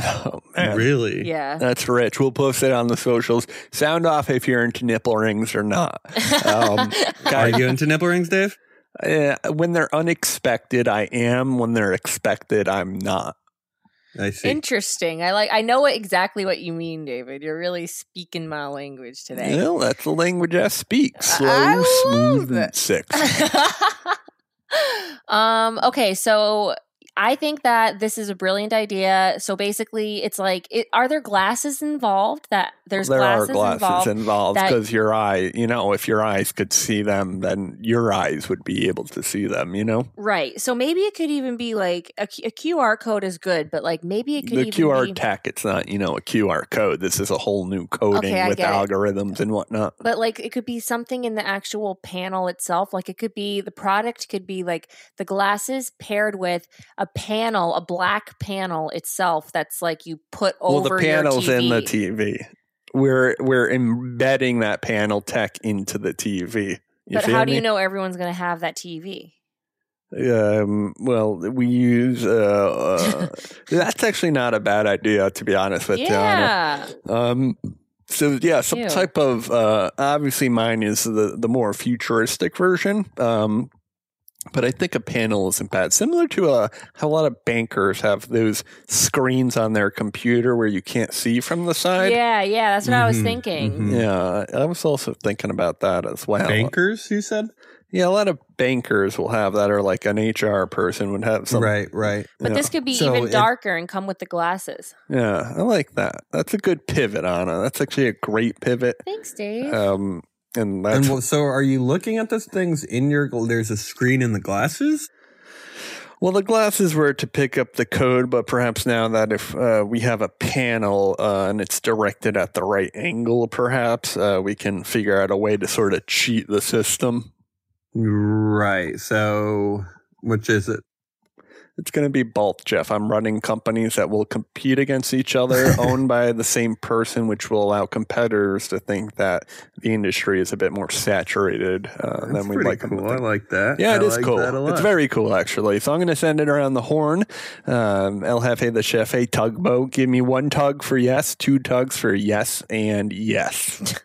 Speaker 3: Oh man,
Speaker 5: Really?
Speaker 4: Yeah.
Speaker 3: That's rich. We'll post it on the socials. Sound off if you're into nipple rings or not. Um,
Speaker 5: Are
Speaker 3: guys,
Speaker 5: you into nipple rings, Dave?
Speaker 3: eh, when they're unexpected, I am. When they're expected, I'm not.
Speaker 5: I see.
Speaker 4: Interesting. I like. I know what, exactly what you mean, David. You're really speaking my language today.
Speaker 3: Well, that's the language I speak. Slow,
Speaker 4: I love
Speaker 3: smooth, and
Speaker 4: it.
Speaker 3: six.
Speaker 4: um okay so i think that this is a brilliant idea so basically it's like it, are there glasses involved that there's
Speaker 3: there
Speaker 4: glasses,
Speaker 3: are glasses
Speaker 4: involved
Speaker 3: involved
Speaker 4: that-
Speaker 3: because your eye, you know, if your eyes could see them, then your eyes would be able to see them, you know?
Speaker 4: right so maybe it could even be like a, Q- a qr code is good but like maybe it could
Speaker 3: The
Speaker 4: even
Speaker 3: QR
Speaker 4: be
Speaker 3: tech, it's not, you know, a QR code. This is a whole new coding
Speaker 4: I
Speaker 3: with
Speaker 4: get it.
Speaker 3: algorithms and whatnot.
Speaker 4: but like it could be something in the actual panel itself like it could be the product could be like the glasses paired with a panel a black panel itself that's like you put
Speaker 3: Well,
Speaker 4: over
Speaker 3: the panel's
Speaker 4: your TV.
Speaker 3: in the TV. We're we're embedding that panel tech into the TV. You
Speaker 4: but
Speaker 3: feel
Speaker 4: how do you
Speaker 3: me?
Speaker 4: know everyone's going to have that TV?
Speaker 3: Um, well, we use. Uh, uh, that's actually not a bad idea, to be honest with
Speaker 4: yeah.
Speaker 3: you. Anna. Um, so yeah, some
Speaker 4: Ew.
Speaker 3: type of. Uh, obviously, mine is the the more futuristic version. Um, but I think a panel isn't bad. Similar to uh, how a lot of bankers have those screens on their computer where you can't see from the side.
Speaker 4: yeah, yeah. That's what I was
Speaker 5: Mhm,
Speaker 4: thinking.
Speaker 3: mm-hmm.
Speaker 5: mhm.
Speaker 3: Yeah, I was also thinking about that as well.
Speaker 5: Bankers, you said?
Speaker 3: Yeah, a lot of bankers will have that, or like an HR person would have some.
Speaker 5: Right, right.
Speaker 4: But
Speaker 3: yeah.
Speaker 4: this could be
Speaker 5: So
Speaker 4: even
Speaker 5: it-
Speaker 4: darker and come with the glasses.
Speaker 3: Yeah, I like that. That's a good pivot, Anna. That's actually a great pivot.
Speaker 4: Thanks, Dave.
Speaker 3: Um, and
Speaker 5: And
Speaker 3: that's
Speaker 5: wh- so, are you looking at those things in your? gl- There's a screen in the glasses.
Speaker 3: well, the glasses were to pick up the code, but perhaps now that if uh, we have a panel uh, and it's directed at the right angle, perhaps uh, we can figure out a way to sort of cheat the system.
Speaker 5: uh, Right. So, which is it?
Speaker 3: It's going to be both, Jeff. I'm running companies that will compete against each other, owned by the same person, which will allow competitors to think that the industry is a bit more saturated uh,
Speaker 5: That's
Speaker 3: than we'd
Speaker 5: pretty
Speaker 3: like them to
Speaker 5: cool.
Speaker 3: think.
Speaker 5: I like that.
Speaker 3: Yeah, it
Speaker 5: I
Speaker 3: is
Speaker 5: like
Speaker 3: cool.
Speaker 5: that a lot.
Speaker 3: It's very cool, actually. So I'm going to send it around the horn. Um, El Jefe, the chef, a tugboat. Give me one tug for yes, two tugs for yes, and yes.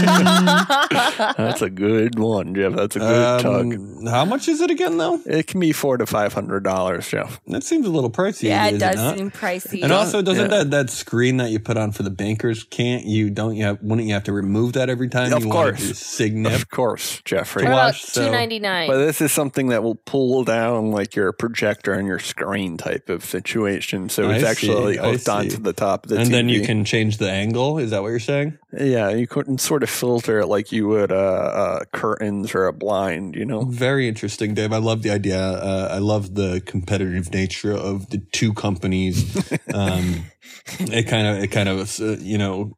Speaker 3: That's a good one, Jeff. That's a good tug.
Speaker 5: Um, how much is it again, though?
Speaker 3: It can be four to five hundred dollars, Jeff.
Speaker 5: That seems a little pricey.
Speaker 4: yeah,
Speaker 5: is
Speaker 4: it does
Speaker 5: not?
Speaker 4: seem pricey.
Speaker 5: And also, doesn't
Speaker 3: yeah.
Speaker 5: that, that screen that you put on for the bankers can't you? Don't you? Have, wouldn't you have to remove that every time?
Speaker 3: Of
Speaker 5: you want
Speaker 3: course.
Speaker 5: to signet.
Speaker 3: Of course, Jeffrey.
Speaker 4: How about
Speaker 5: watch, so-
Speaker 4: two ninety nine.
Speaker 3: But this is something that will pull down like your projector and your screen type of situation. So
Speaker 5: I
Speaker 3: it's
Speaker 5: see,
Speaker 3: actually
Speaker 5: I
Speaker 3: hooked
Speaker 5: see.
Speaker 3: onto the top of the
Speaker 5: And then you
Speaker 3: TV.
Speaker 5: can change the angle. Is that what you're saying?
Speaker 3: Yeah, you couldn't sort of filter it like you would uh, uh, curtains or a blind, you know?
Speaker 5: Very interesting, Dave. I love the idea. Uh, I love the competitive nature of the two companies. Um, it kind of, it kind of, uh, you know,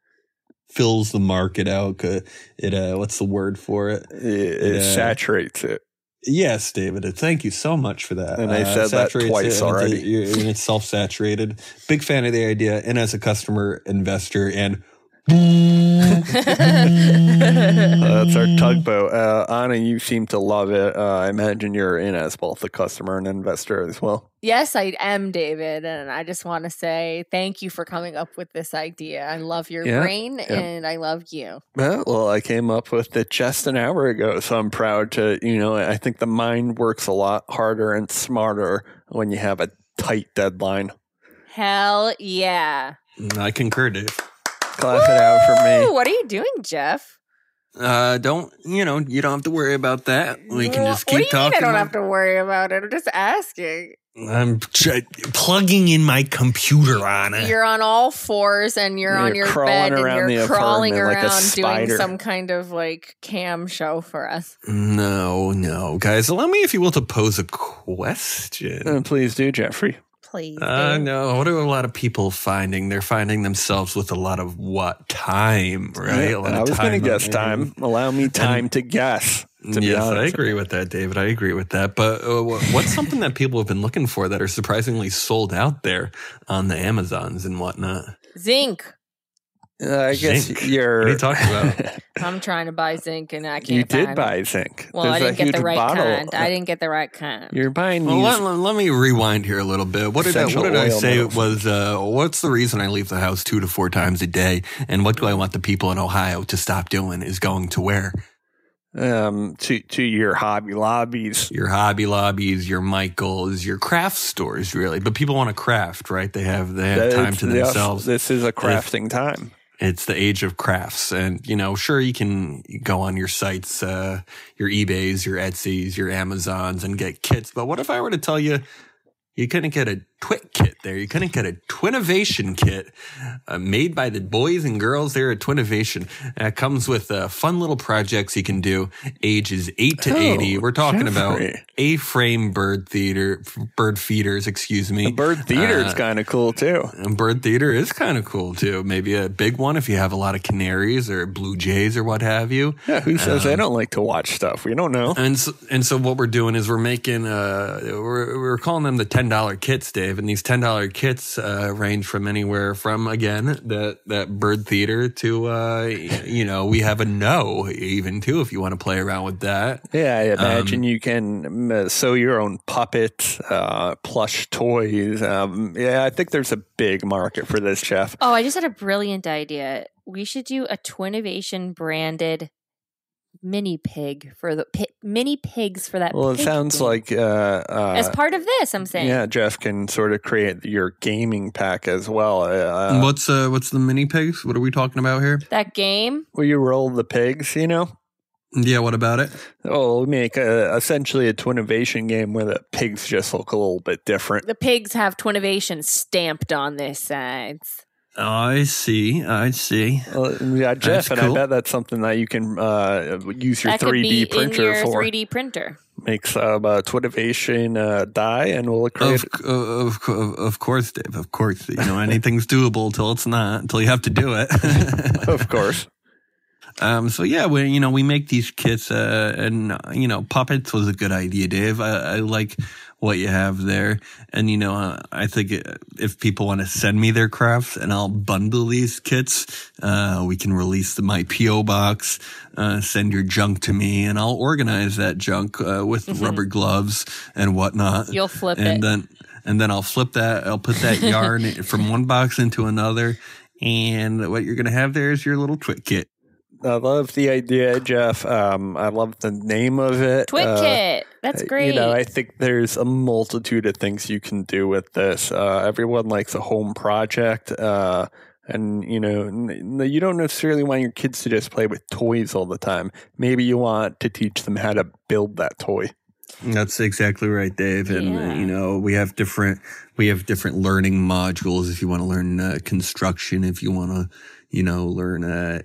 Speaker 5: fills the market out. Uh, It, uh, what's the word for it?
Speaker 3: It, it
Speaker 5: Yeah.
Speaker 3: saturates it.
Speaker 5: Yes, David. uh, Thank you so much for that. Uh,
Speaker 3: And I said that
Speaker 5: saturates
Speaker 3: twice
Speaker 5: and it's-
Speaker 3: already.
Speaker 5: you- and it's self-saturated. Big fan of the idea, and as a customer, investor, and
Speaker 4: Mm.
Speaker 3: Uh, that's our tugboat. Uh, Anna, you seem to love it. Uh, I imagine you're in as both a customer and investor as well.
Speaker 4: yes, I am David, and I just want to say thank you for coming up with this idea. I love your
Speaker 3: Yeah,
Speaker 4: brain,
Speaker 3: yeah.
Speaker 4: and I love you.
Speaker 3: Yeah, well, I came up with it just an hour ago, so I'm proud to, you know, I think the mind works a lot harder and smarter when you have a tight deadline.
Speaker 4: Hell yeah!
Speaker 5: Mm, I concur, Dave.
Speaker 3: Clap it out for me.
Speaker 4: Ooh, what are you doing, Jeff?
Speaker 5: Uh, don't you know? You don't have to worry about that. We can
Speaker 4: Well,
Speaker 5: just
Speaker 4: what
Speaker 5: keep
Speaker 4: do you mean
Speaker 5: talking.
Speaker 4: I don't have to worry about it. I'm just asking.
Speaker 5: I'm ch- plugging in my computer on it.
Speaker 4: You're on all fours and you're,
Speaker 3: You're
Speaker 4: on your
Speaker 3: crawling
Speaker 4: bed
Speaker 3: around
Speaker 4: and
Speaker 3: the
Speaker 4: you're
Speaker 3: apartment
Speaker 4: crawling
Speaker 3: like a
Speaker 4: around doing
Speaker 3: spider.
Speaker 4: some kind of like cam show for us.
Speaker 5: No, no, guys. Allow me, if you will, to pose a question.
Speaker 3: Uh, please do, Jeffrey.
Speaker 4: Please.
Speaker 5: Uh,
Speaker 4: Dave.
Speaker 5: no. What are a lot of people finding? They're finding themselves with a lot of what time, right?
Speaker 3: Yeah,
Speaker 5: A lot
Speaker 3: I
Speaker 5: of
Speaker 3: was going
Speaker 5: time
Speaker 3: to guess
Speaker 5: on
Speaker 3: time. Allow me time to guess. To be
Speaker 5: yes,
Speaker 3: honest.
Speaker 5: I agree with that, David. I agree with that. But uh, wha- what's something that people have been looking for that are surprisingly sold out there on the Amazons and whatnot?
Speaker 4: Zinc.
Speaker 3: Uh, I guess
Speaker 5: Zinc.
Speaker 3: you're.
Speaker 5: What are you talking about?
Speaker 4: I'm trying to buy zinc and I can't.
Speaker 3: You did
Speaker 4: find it.
Speaker 3: buy zinc.
Speaker 4: Well,
Speaker 3: There's
Speaker 4: I
Speaker 3: a
Speaker 4: didn't get the
Speaker 3: huge
Speaker 4: right
Speaker 3: bottle.
Speaker 4: kind. I didn't get the right kind.
Speaker 3: You're buying
Speaker 5: Well,
Speaker 3: these.
Speaker 5: let, let- let me rewind here a little bit. What did I,
Speaker 3: Essential
Speaker 5: what did I
Speaker 3: oil
Speaker 5: say
Speaker 3: metals.
Speaker 5: was, uh, what's the reason I leave the house two to four times a day? And what do I want the people in Ohio to stop doing is going to where?
Speaker 3: um, to to your Hobby Lobbies.
Speaker 5: Your Hobby Lobbies, your Michaels, your craft stores, really. But people want to craft, right? They have, they have
Speaker 3: That
Speaker 5: time
Speaker 3: is-
Speaker 5: to
Speaker 3: yes,
Speaker 5: themselves.
Speaker 3: This is a crafting time.
Speaker 5: it's the age of crafts and you know sure you can go on your sites uh your ebays your etsy's your amazons and get kits but what if i were to tell you you couldn't get a twit kit there you couldn't get a twinovation kit uh, made by the boys and girls there at twinovation uh, it comes with uh, fun little projects you can do ages 8 to
Speaker 3: Oh,
Speaker 5: 80 we're talking about
Speaker 3: Jeffrey.
Speaker 5: a-frame bird theater bird feeders excuse me
Speaker 3: The bird theater is
Speaker 5: Uh,
Speaker 3: kind of cool too.
Speaker 5: and bird theater is kind of cool too. Maybe a big one if you have a lot of canaries or blue jays or what have you.
Speaker 3: Yeah, who says they don't like to watch stuff? We don't know.
Speaker 5: And so, and so what we're doing is we're making uh we're, we're calling them the ten dollar kits, Dave. And these ten dollar kits uh, range from anywhere from again that that bird theater to uh you know we have a no even too if you want to play around with that.
Speaker 3: Yeah, I imagine you can mm, sew your own puppets, uh, plush toys. Um, yeah, I think there's a big market for this, Jeff.
Speaker 4: Oh, I just had a brilliant idea. We should do a Twinovation branded mini pig for the pi- mini pigs for that.
Speaker 3: Well, it
Speaker 4: pig
Speaker 3: sounds
Speaker 4: game.
Speaker 3: like uh, uh,
Speaker 4: as part of this, I'm saying.
Speaker 3: yeah, Jeff can sort of create your gaming pack as well. Uh,
Speaker 5: what's uh what's the mini pigs? What are we talking about here?
Speaker 4: That game,
Speaker 3: Will you roll the pigs? You know,
Speaker 5: Yeah, what about it?
Speaker 3: oh, we'll make a, essentially a Twinovation game where the pigs just look a little bit different.
Speaker 4: the pigs have Twinovation stamped on their sides.
Speaker 5: I see, I see.
Speaker 3: Well, yeah, Jeff, and I
Speaker 5: cool.
Speaker 3: bet that's something that you can uh, use your
Speaker 4: that could
Speaker 3: three
Speaker 4: be
Speaker 3: D printer
Speaker 4: in your
Speaker 3: for.
Speaker 4: 3D printer.
Speaker 3: Make some uh, Twinovation uh, die, and we'll create.
Speaker 5: Of, uh, of of of course, Dave. Of course, you know anything's doable till it's not until you have to do it.
Speaker 3: of course.
Speaker 5: Um, so yeah, we you know we make these kits, uh, and uh, you know puppets was a good idea, Dave. I, I like what you have there, and you know uh, I think if people want to send me their crafts, and I'll bundle these kits, uh, we can release the, my PO box, uh, send your junk to me, and I'll organize that junk uh, with rubber gloves and whatnot.
Speaker 4: You'll flip
Speaker 5: and
Speaker 4: it.
Speaker 5: then and then I'll flip that. I'll put that yarn from one box into another. And what you're going to have there is your little twit kit.
Speaker 3: I love the idea, Jeff. Um, I love the name of it.
Speaker 4: Twit
Speaker 3: Uh,
Speaker 4: kit. That's
Speaker 3: You
Speaker 4: great.
Speaker 3: know, I think there's a multitude of things you can do with this. Uh, everyone likes a home project. Uh, and, you know, n- n- you don't necessarily want your kids to just play with toys all the time. Maybe you want to teach them how to build that toy.
Speaker 5: That's exactly right, Dave. And
Speaker 4: Yeah.
Speaker 5: uh, you know, we have different we have different learning modules. If you want to learn uh, construction, if you want to, you know, learn uh,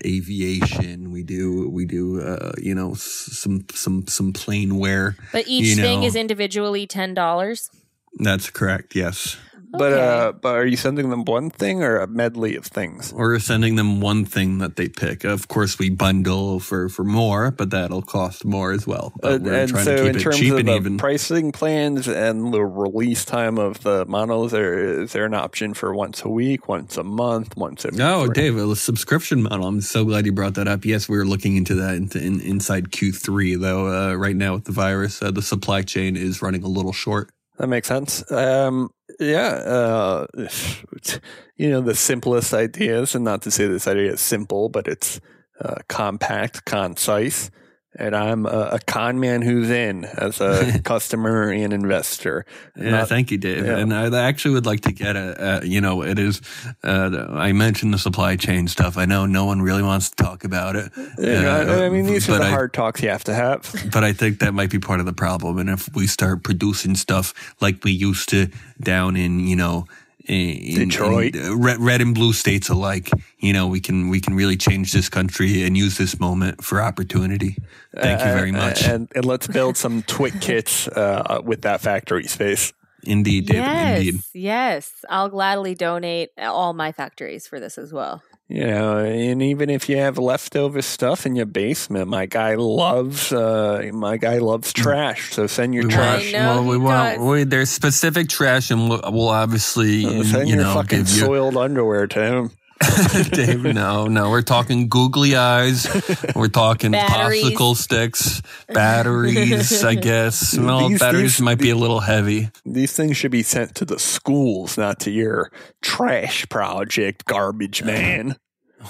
Speaker 5: aviation, we do we do uh, you know s- some some some planeware.
Speaker 4: but each
Speaker 5: you
Speaker 4: thing
Speaker 5: know.
Speaker 4: is individually ten dollars.
Speaker 5: That's correct. Yes.
Speaker 3: But,
Speaker 4: Okay.
Speaker 3: uh, but are you sending them one thing or a medley of things?
Speaker 5: or sending them one thing that they pick. Of course, we bundle for for more, but that'll cost more as well. But
Speaker 3: Uh, and so, in terms of the pricing plans and the release time of the models, there is there an option for once a week, once a month, once every?
Speaker 5: Oh,
Speaker 3: three-
Speaker 5: Dave, a subscription model. I'm so glad you brought that up. Yes, we were looking into that in, in, inside Q3, though. Uh, right now, with the virus, uh, the supply chain is running a little short.
Speaker 3: That makes sense. Um, yeah, uh, you know the simplest ideas, and not to say this idea is simple, but it's uh, compact, concise. And I'm a, a con man who's in as a customer and investor.
Speaker 5: Yeah,
Speaker 3: Not-
Speaker 5: uh, thank you, Dave.
Speaker 3: yeah.
Speaker 5: And I actually would like to get a, a you know, it is, uh, I mentioned the supply chain stuff. I know no one really wants to talk about it. Uh,
Speaker 3: you know, I- I mean, these are
Speaker 5: but
Speaker 3: the
Speaker 5: I-
Speaker 3: hard talks you have to have.
Speaker 5: but I think that might be part of the problem. And if we start producing stuff like we used to down in, you know, in,
Speaker 3: Detroit.
Speaker 5: in, uh, red, red and blue states alike, you know, we can we can really change this country and use this moment for opportunity. Thank you very
Speaker 3: Uh,
Speaker 5: much,
Speaker 3: And, and let's build some twit kits uh, with that factory space.
Speaker 5: indeed, David.
Speaker 4: yes,
Speaker 5: Indeed,
Speaker 4: yes. I'll gladly donate all my factories for this as well.
Speaker 3: You know, and even if you have leftover stuff in your basement, my guy loves uh, my guy loves trash. So send your
Speaker 5: Mm. We
Speaker 3: trash.
Speaker 4: I know
Speaker 5: well, we
Speaker 4: he
Speaker 5: want
Speaker 4: does.
Speaker 5: we, there's specific trash, and we'll, we'll obviously
Speaker 3: Uh,
Speaker 5: and,
Speaker 3: Send
Speaker 5: you
Speaker 3: your
Speaker 5: know
Speaker 3: fucking
Speaker 5: give you
Speaker 3: soiled underwear to him.
Speaker 5: Dave, no, no. We're talking googly eyes. We're talking
Speaker 4: Batteries.
Speaker 5: popsicle sticks, batteries, I guess. Well,
Speaker 3: These-
Speaker 5: batteries
Speaker 3: these-
Speaker 5: might be a little heavy.
Speaker 3: These things should be sent to the schools, not to your trash project, garbage man.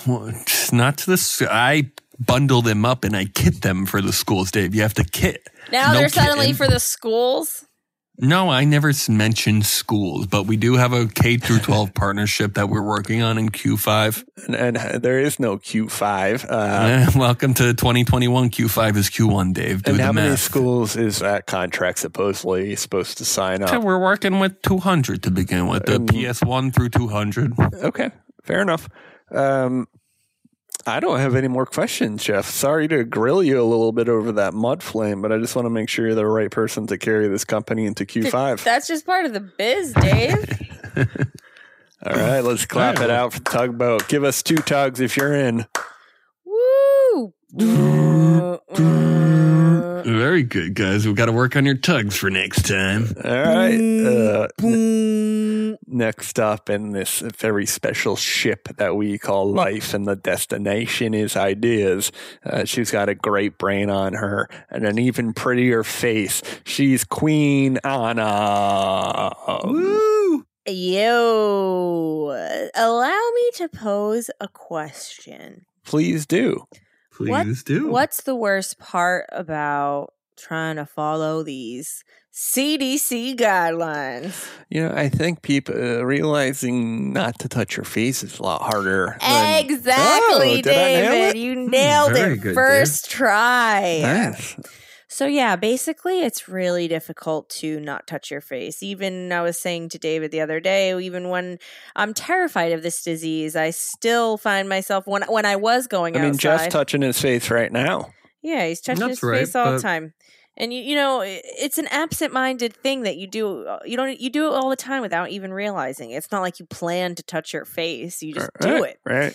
Speaker 5: Well, Not to this. I bundle them up and I kit them for the schools, Dave. You have to kit.
Speaker 4: Now
Speaker 5: No
Speaker 4: they're suddenly
Speaker 5: kidding.
Speaker 4: for the schools.
Speaker 5: No, I never s- mentioned schools, but we do have a K through 12 partnership that we're working on in Q5.
Speaker 3: And, and there is no Q5. Uh,
Speaker 5: Eh, welcome to 2021. Q5 is Q1, Dave. Do
Speaker 3: and
Speaker 5: the
Speaker 3: how
Speaker 5: math.
Speaker 3: many schools is that contract supposedly supposed to sign up?
Speaker 5: So we're working with 200 to begin with,
Speaker 3: Mm-hmm.
Speaker 5: the PS1 through 200.
Speaker 3: Okay, fair enough. Um, I don't have any more questions, Jeff. Sorry to grill you a little bit over that mud flame, but I just want to make sure you're the right person to carry this company into Q5.
Speaker 4: That's just part of the biz, Dave.
Speaker 3: All right, let's clap it out for Tugboat. Give us two tugs if you're in.
Speaker 4: Woo! Uh,
Speaker 5: Very good, guys. We've got to work on your tugs for next time.
Speaker 3: All right. Uh,
Speaker 4: mm.
Speaker 3: next up in this very special ship that we call life and the destination is ideas uh, she's got a great brain on her and an even prettier face she's queen anna
Speaker 5: Woo!
Speaker 6: Yo, allow me to pose a question.
Speaker 3: please do
Speaker 5: Please
Speaker 6: What-
Speaker 5: do.
Speaker 6: What's the worst part about trying to follow these CDC guidelines?
Speaker 3: you know i think people uh, realizing not to touch your face is a lot harder than- Oh,
Speaker 6: Exactly,
Speaker 3: did I nail
Speaker 6: David.
Speaker 3: it?
Speaker 6: You nailed
Speaker 5: Hmm, very
Speaker 6: it
Speaker 5: good, Dave.
Speaker 6: first try.
Speaker 3: Yes.
Speaker 6: So yeah, basically it's really difficult to not touch your face. Even I was saying to David the other day, even when I'm terrified of this disease, I still find myself when when I was going
Speaker 3: I mean,
Speaker 6: outside.
Speaker 3: Jeff's touching his face right now.
Speaker 6: Yeah, he's touching
Speaker 5: That's
Speaker 6: his face
Speaker 5: right,
Speaker 6: all
Speaker 5: but-
Speaker 6: the time. And you, you know, i- it's an absent-minded thing that you do. uh, You don't. You do it all the time without even realizing. It's not like you plan to touch your face. You just do
Speaker 3: Right,
Speaker 6: it.
Speaker 3: Right.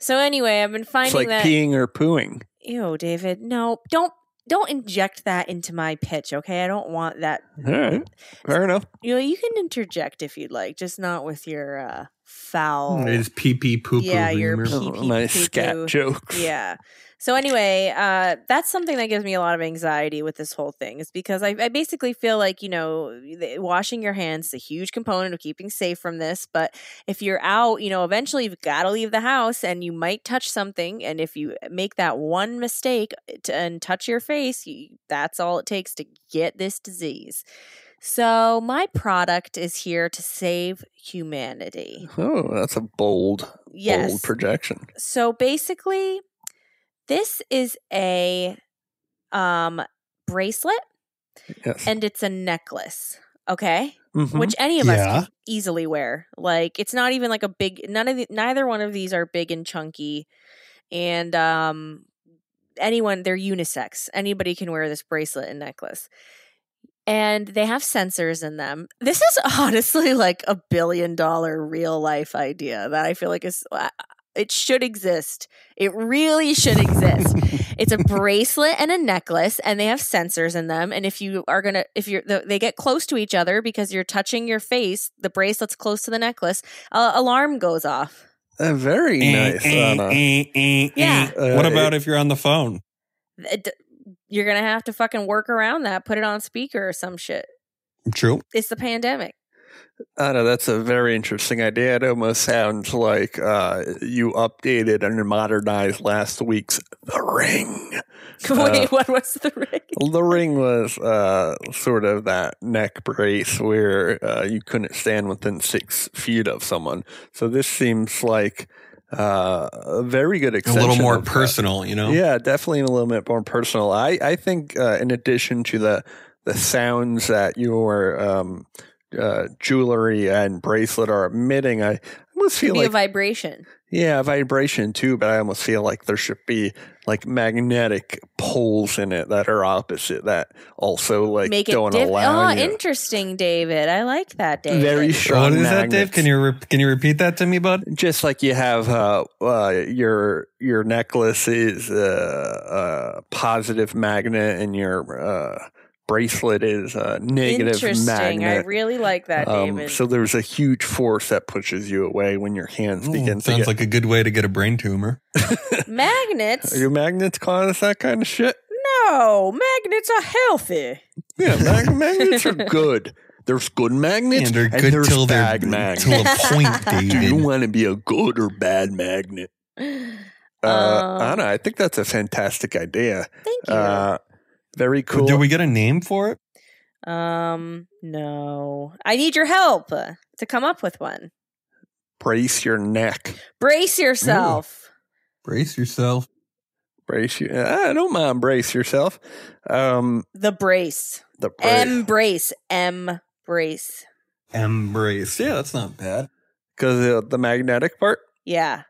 Speaker 4: So anyway, I've been
Speaker 3: It's
Speaker 4: finding
Speaker 3: like
Speaker 4: that
Speaker 3: peeing or pooing.
Speaker 4: Ew, David. No, don't don't inject that into my pitch, okay? I don't want that.
Speaker 3: All right. Fair enough.
Speaker 4: You know, you can interject if you'd like, just not with your uh foul.
Speaker 5: It's pee pee poo poo.
Speaker 4: Yeah, you're
Speaker 5: rumors.
Speaker 4: pee-
Speaker 3: Oh, nice
Speaker 4: pee, poo.
Speaker 3: scat jokes.
Speaker 4: Yeah. So anyway, uh, that's something that gives me a lot of anxiety with this whole thing is because I, I basically feel like you know the- washing your hands is a huge component of keeping safe from this. But if you're out, you know, eventually you've got to leave the house and you might touch something. And if you make that one mistake to, and touch your face, you, that's all it takes to get this disease. So my product is here to save humanity.
Speaker 3: Oh, that's a bold,
Speaker 4: Yes.
Speaker 3: bold projection.
Speaker 4: So basically, this is a um bracelet
Speaker 3: Yes.
Speaker 4: and it's a necklace. Okay?
Speaker 3: Mhm.
Speaker 4: Which any of us
Speaker 7: Yeah.
Speaker 4: can easily wear. Like it's not even like a big none of the, neither one of these are big and chunky and um anyone they're unisex. Anybody can wear this bracelet and necklace. And they have sensors in them. This is honestly like a billion dollar real life idea that I feel like is uh, it should exist. It really should exist. it's a bracelet and a necklace, and they have sensors in them. And if you are gonna, if you're, the, they get close to each other because you're touching your face. The bracelet's close to the necklace. Uh, alarm goes off.
Speaker 3: Uh, very
Speaker 5: Eh,
Speaker 3: nice. Anna.
Speaker 4: Yeah.
Speaker 3: Uh,
Speaker 5: what about if you're on the phone?
Speaker 4: It- you're gonna have to fucking work around that. Put it on speaker or some shit.
Speaker 5: True.
Speaker 4: It's the pandemic.
Speaker 3: Anna, that's a very interesting idea. It almost sounds like uh, you updated and modernized last week's The Ring. Uh,
Speaker 4: Wait, what was the rig?
Speaker 3: The Ring was uh, sort of that neck brace where uh, you couldn't stand within six feet of someone. So this seems like uh, a very good
Speaker 5: A
Speaker 3: extension.
Speaker 5: little more
Speaker 3: of that.
Speaker 5: personal, you know.
Speaker 3: uh, Yeah, definitely a little bit more personal. I I think uh, in addition to the the sounds that your um, uh, jewelry and bracelet are emitting, I almost feel
Speaker 4: Be a
Speaker 3: like
Speaker 4: vibration.
Speaker 3: yeah, vibration too. But I almost feel like there should be like magnetic poles in it that are opposite that also like
Speaker 4: Make it.
Speaker 3: don't
Speaker 4: Diff-
Speaker 3: allow
Speaker 4: oh,
Speaker 3: you.
Speaker 4: interesting, David. I like that, David.
Speaker 3: Very strong.
Speaker 5: what is that,
Speaker 3: magnets.
Speaker 5: Dave? Can you re- can you repeat that to me, bud?
Speaker 3: just like you have uh, uh, your your necklace is uh, a positive magnet and your uh, bracelet is a negative
Speaker 4: interesting. I
Speaker 3: magnet.
Speaker 4: really like that,
Speaker 3: Um,
Speaker 4: David.
Speaker 3: so there's a huge force that pushes you away when your hands begin
Speaker 5: sounds
Speaker 3: to get.
Speaker 5: like a good way to get a brain tumor.
Speaker 4: Magnets?
Speaker 3: Are your magnets cause that kind of shit?
Speaker 4: No, magnets are healthy.
Speaker 3: Yeah, mag- magnets are good. There's good magnets
Speaker 5: and they're
Speaker 3: and
Speaker 5: good
Speaker 3: there's
Speaker 5: till they're
Speaker 3: bad
Speaker 5: till
Speaker 3: magnets.
Speaker 5: a point,
Speaker 3: Do you
Speaker 5: David.
Speaker 3: want to be a good or bad magnet? Uh,
Speaker 4: Um,
Speaker 3: Anna, I think that's a fantastic idea.
Speaker 4: Thank you.
Speaker 3: Uh, very cool.
Speaker 5: Do we get a name for it?
Speaker 4: um, no. I need your help uh, to come up with one.
Speaker 3: brace your neck.
Speaker 4: Brace yourself.
Speaker 5: Brace yourself.
Speaker 3: Brace you. I don't mind brace yourself. Um,
Speaker 4: The brace.
Speaker 3: the bra-
Speaker 4: Embrace. Embrace.
Speaker 5: Embrace. Yeah, that's not bad.
Speaker 3: because the, the magnetic part.
Speaker 4: Yeah.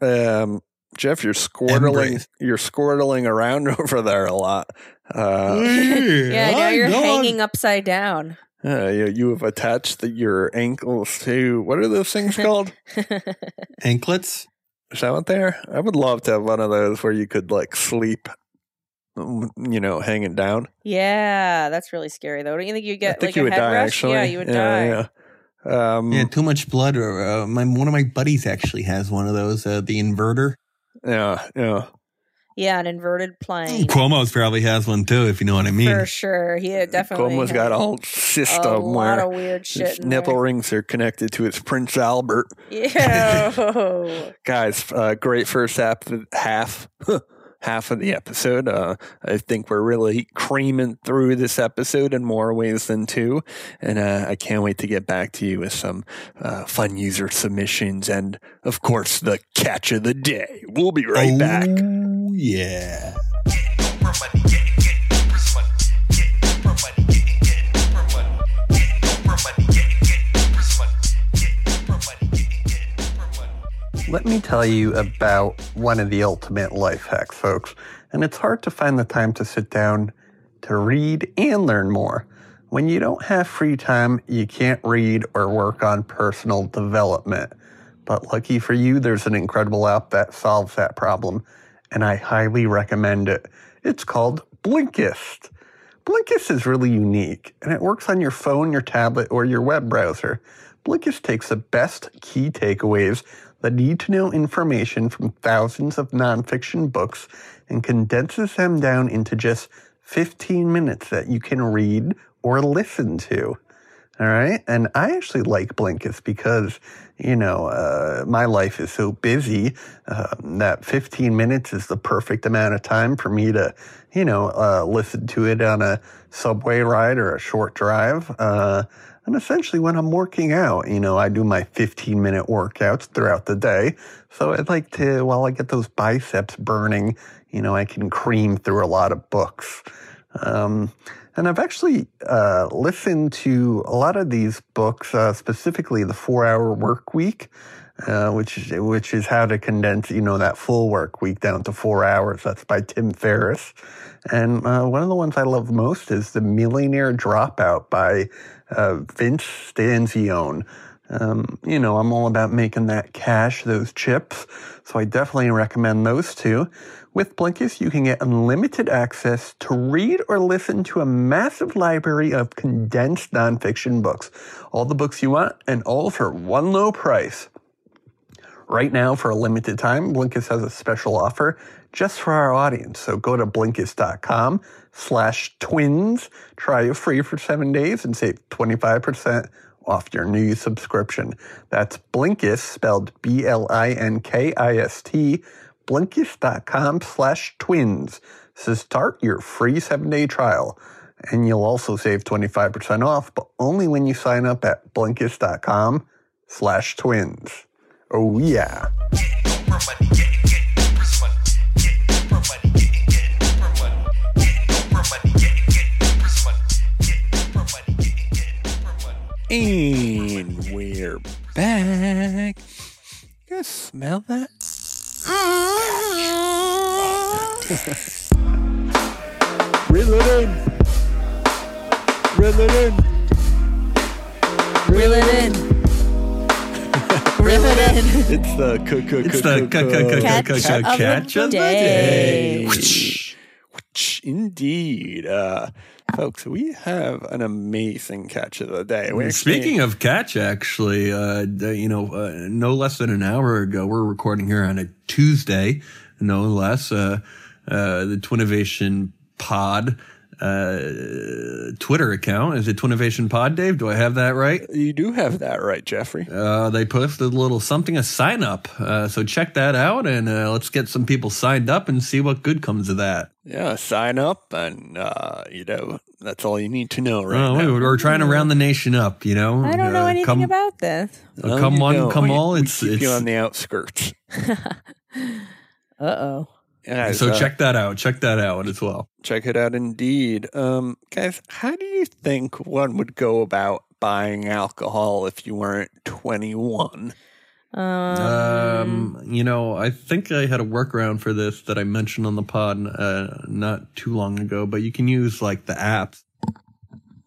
Speaker 3: Um, Jeff, you're squirtling.
Speaker 5: Embrace.
Speaker 3: You're squirtling around over there a lot. Uh,
Speaker 4: Yeah,
Speaker 5: yeah,
Speaker 4: now you're hanging upside down.
Speaker 3: uh, you, you have attached the, your ankles to what are those things called?
Speaker 5: Anklets.
Speaker 3: Is that what they are? I would love to have one of those where you could like sleep. mm, You know, hanging down.
Speaker 4: yeah, that's really scary, though. Don't you think you
Speaker 3: I
Speaker 4: get
Speaker 3: think
Speaker 4: like
Speaker 3: you
Speaker 4: a
Speaker 3: would
Speaker 4: head
Speaker 3: die.
Speaker 4: rush?
Speaker 3: Actually,
Speaker 4: Yeah, you would die.
Speaker 3: yeah, Yeah. Um,
Speaker 5: Yeah, too much blood. Or, uh, my one of my buddies actually has one of those. Uh, the inverter.
Speaker 3: yeah, yeah.
Speaker 4: Yeah, an inverted plane.
Speaker 5: Cuomo's probably has one too, if you know what I mean.
Speaker 4: For sure. He had definitely.
Speaker 3: Cuomo's
Speaker 4: had
Speaker 3: got a whole
Speaker 4: a
Speaker 3: system
Speaker 4: lot
Speaker 3: where
Speaker 4: of weird shit.
Speaker 3: his
Speaker 4: in
Speaker 3: nipple
Speaker 4: there.
Speaker 3: rings are connected to his Prince Albert.
Speaker 4: Ew.
Speaker 3: Guys, uh, great first half, half, half of the episode. Uh, I think we're really creaming through this episode in more ways than two, and uh, I can't wait to get back to you with some uh, fun user submissions and, of course, the catch of the day. We'll be right
Speaker 5: oh,
Speaker 3: back.
Speaker 5: Yeah.
Speaker 2: Let me tell you about one of the ultimate life hacks, folks. And it's hard to find the time to sit down to read and learn more. When you don't have free time, you can't read or work on personal development.
Speaker 3: But lucky for you, there's an incredible app that solves that problem, and I highly recommend it. It's called Blinkist. Blinkist is really unique, and it works on your phone, your tablet, or your web browser. Blinkist takes the best key takeaways, the need to know information from thousands of nonfiction books, and condenses them down into just 15 minutes that you can read or listen to. All right. And I actually like Blinkist because, you know, uh, my life is so busy um, that 15 minutes is the perfect amount of time for me to, you know, uh, listen to it on a subway ride or a short drive. Uh, and essentially, when I'm working out, you know, I do my 15 minute workouts throughout the day. So I'd like to, while I get those biceps burning, you know, I can cream through a lot of books. Um, and I've actually uh, listened to a lot of these books, uh, specifically the Four Hour Work Week, uh, which is, which is how to condense you know that full work week down to four hours. That's by Tim Ferriss, and uh, one of the ones I love most is The Millionaire Dropout by uh, Vince Stanzione. Um, you know, I'm all about making that cash, those chips. So I definitely recommend those two. With Blinkist, you can get unlimited access to read or listen to a massive library of condensed nonfiction books. All the books you want and all for one low price. Right now, for a limited time, Blinkist has a special offer just for our audience. So go to Blinkist.com slash twins, try it free for seven days and save 25% off your new subscription. That's Blinkist, spelled B-L-I-N-K-I-S-T, Blinkist.com slash twins. So start your free seven-day trial. And you'll also save 25% off, but only when you sign up at Blinkist.com slash twins. Oh yeah.
Speaker 8: And we're back. You guys smell that? Reel it in. Reel it in.
Speaker 9: Reel it in. Reel it in.
Speaker 8: It's the cook, cook,
Speaker 5: It's the
Speaker 8: cook,
Speaker 5: ca- ca- ca- ca-
Speaker 4: Catch
Speaker 5: ca- ca-
Speaker 4: of the
Speaker 5: catch of the
Speaker 4: day.
Speaker 5: day.
Speaker 8: Indeed. Uh, folks, we have an amazing catch of the day. We
Speaker 5: Speaking
Speaker 8: actually-
Speaker 5: of catch, actually, uh, the- you know, uh, no less than an hour ago, we're recording here on a Tuesday, no less. Uh, uh, the Twinnovation Pod uh, Twitter account is it Twinnovation Pod, Dave? Do I have that right?
Speaker 8: you do have that right, Jeffrey.
Speaker 5: Uh, they posted a little something, a sign up. Uh, so check that out, and uh, let's get some people signed up and see what good comes of that.
Speaker 8: Yeah, sign up, and uh, you know that's all you need to know right
Speaker 5: Oh,
Speaker 8: now.
Speaker 5: we- we're trying to round the nation up, you know.
Speaker 4: I don't know
Speaker 5: Uh,
Speaker 4: anything
Speaker 5: come,
Speaker 4: about this.
Speaker 5: uh,
Speaker 8: No,
Speaker 5: come
Speaker 8: you
Speaker 5: one,
Speaker 8: don't.
Speaker 5: come
Speaker 8: We-
Speaker 5: all.
Speaker 8: we
Speaker 5: It's
Speaker 8: keep
Speaker 5: it's
Speaker 8: you on the outskirts.
Speaker 4: Uh oh.
Speaker 8: Guys,
Speaker 5: so
Speaker 8: uh,
Speaker 5: check that out. Check that out as well.
Speaker 8: check it out, indeed, um, guys. How do you think one would go about buying alcohol if you weren't twenty one?
Speaker 4: Um,
Speaker 5: Um, you know, I think I had a workaround for this that I mentioned on the pod uh, not too long ago, but you can use like the apps.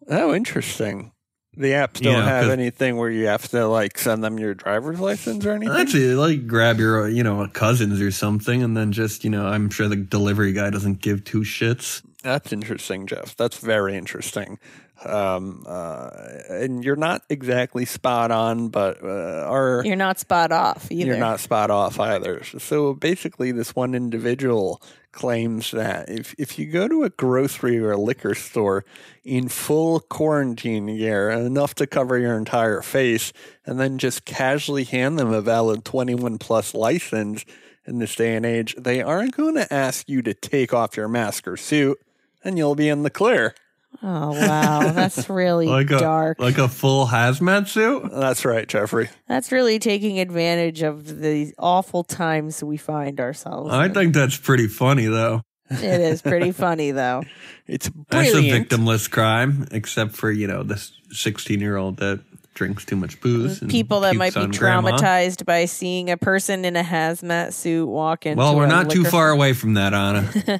Speaker 8: Oh, interesting. The apps
Speaker 5: You
Speaker 8: don't
Speaker 5: know,
Speaker 8: have
Speaker 5: 'cause-
Speaker 8: anything where you have to like send them your driver's license or anything.
Speaker 5: Actually, like grab your you know cousins or something, and then just you know, I'm sure the delivery guy doesn't give two shits.
Speaker 8: That's interesting, Jeff. That's very interesting. Um, uh, and you're not exactly spot on, but uh, our
Speaker 4: you're not spot off either.
Speaker 8: You're not spot off either. So basically, this one individual claims that if, if you go to a grocery or a liquor store in full quarantine gear, enough to cover your entire face, and then just casually hand them a valid 21 plus license in this day and age, they aren't going to ask you to take off your mask or suit, and you'll be in the clear.
Speaker 4: Oh wow, that's really
Speaker 5: Like a
Speaker 4: dark.
Speaker 5: like a full hazmat suit.
Speaker 8: That's right, Jeffrey.
Speaker 4: that's really taking advantage of the awful times we find ourselves.
Speaker 5: I
Speaker 4: in.
Speaker 5: think that's pretty funny though.
Speaker 4: it is pretty funny though.
Speaker 8: It's
Speaker 5: That's a
Speaker 8: brilliant.
Speaker 5: victimless crime, except for you know this 16 year old that drinks too much booze. and
Speaker 4: People that might
Speaker 5: pukes
Speaker 4: be
Speaker 5: on grandma.
Speaker 4: traumatized by seeing a person in a hazmat suit walk into.
Speaker 5: Well, we're
Speaker 4: a
Speaker 5: not too
Speaker 4: liquor
Speaker 5: far away from that, Anna.
Speaker 4: store.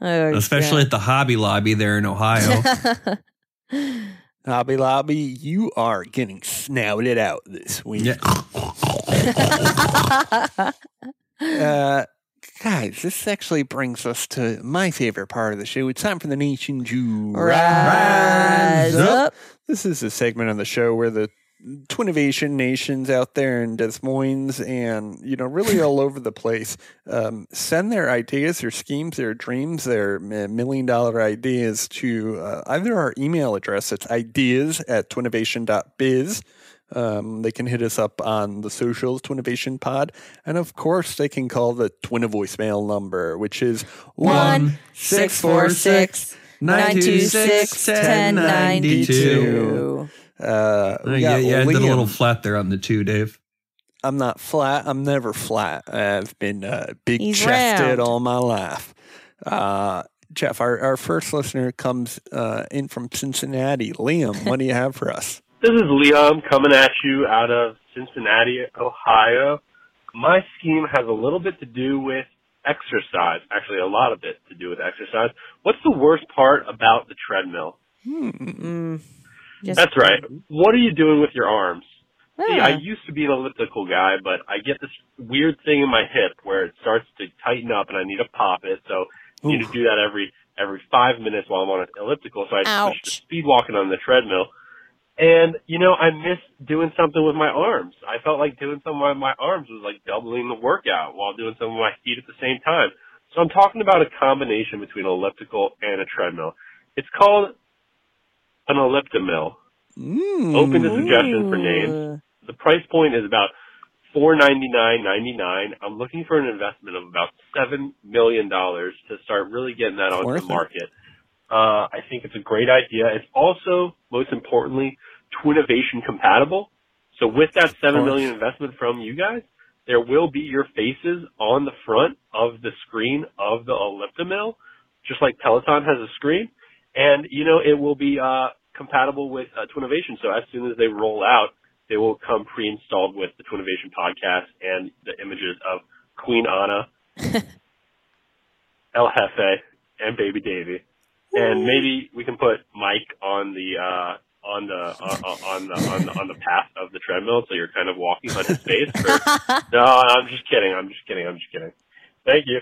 Speaker 4: Oh,
Speaker 5: Especially
Speaker 4: yeah.
Speaker 5: at the Hobby Lobby there in Ohio.
Speaker 8: Hobby Lobby, you are getting snouted out this week.
Speaker 10: Yeah.
Speaker 8: Uh, guys, this actually brings us to my favorite part of the show. It's time for the Nation Jew.
Speaker 4: Rise up.
Speaker 8: This is a segment on the show where the Twinnovation nations out there in Des Moines and, you know, really all over the place um, send their ideas, their schemes, their dreams, their mi- million dollar ideas to uh, either our email address, it's ideas at twinnovation.biz. Um, they can hit us up on the socials, Twinnovation Pod. And of course, they can call the Twinna voicemail number, which is
Speaker 4: One,
Speaker 8: 646
Speaker 4: 926 1092.
Speaker 8: Uh,
Speaker 5: Uh,
Speaker 8: we
Speaker 5: yeah,
Speaker 8: got
Speaker 5: yeah, I did a
Speaker 8: Liam.
Speaker 5: little flat there on the two, Dave.
Speaker 8: I'm not flat. I'm never flat. I've been uh, big
Speaker 4: He's
Speaker 8: chested
Speaker 4: round.
Speaker 8: all my life. Uh, Jeff, our, our first listener comes uh, in from Cincinnati. Liam, what do you have for us?
Speaker 11: This is Liam coming at you out of Cincinnati, Ohio. My scheme has a little bit to do with exercise. Actually, a lot of it to do with exercise. What's the worst part about the treadmill?
Speaker 4: Mm. Just-
Speaker 11: That's right. What are you doing with your arms? See, I
Speaker 4: Yeah.
Speaker 11: used to be an elliptical guy, but I get this weird thing in my hip where it starts to tighten up and I need to pop it. So I need to do that every every five minutes while I'm on an elliptical. So I
Speaker 4: Ouch.
Speaker 11: switched to speed walking on the treadmill. And you know, I miss doing something with my arms. I felt like doing something with my arms was like doubling the workout while doing something with my feet at the same time. So I'm talking about a combination between an elliptical and a treadmill. It's called an elliptomill.
Speaker 8: Mm.
Speaker 11: Open to suggestions for names
Speaker 4: Ooh.
Speaker 11: the price point is about four ninety nine ninety nine. I'm looking for an investment of about seven million dollars to start really getting that onto
Speaker 8: Worth
Speaker 11: the
Speaker 8: it.
Speaker 11: market. Uh, I think it's a great idea. It's also, most importantly, Twinnovation compatible. So with that seven
Speaker 8: course.
Speaker 11: million investment from you guys, there will be your faces on the front of the screen of the elliptomill, just like Peloton has a screen. And you know, it will be uh, compatible with uh, Twinnovation. So as soon as they roll out, they will come pre-installed with the Twinnovation podcast and the images of Queen Anna, El Jefe, and Baby Davy. And maybe we can put Mike on the uh, on the uh, uh, on the on the on the path of the treadmill, so you're kind of walking on his face. Or... No, I'm just kidding. I'm just kidding. I'm just kidding. Thank you.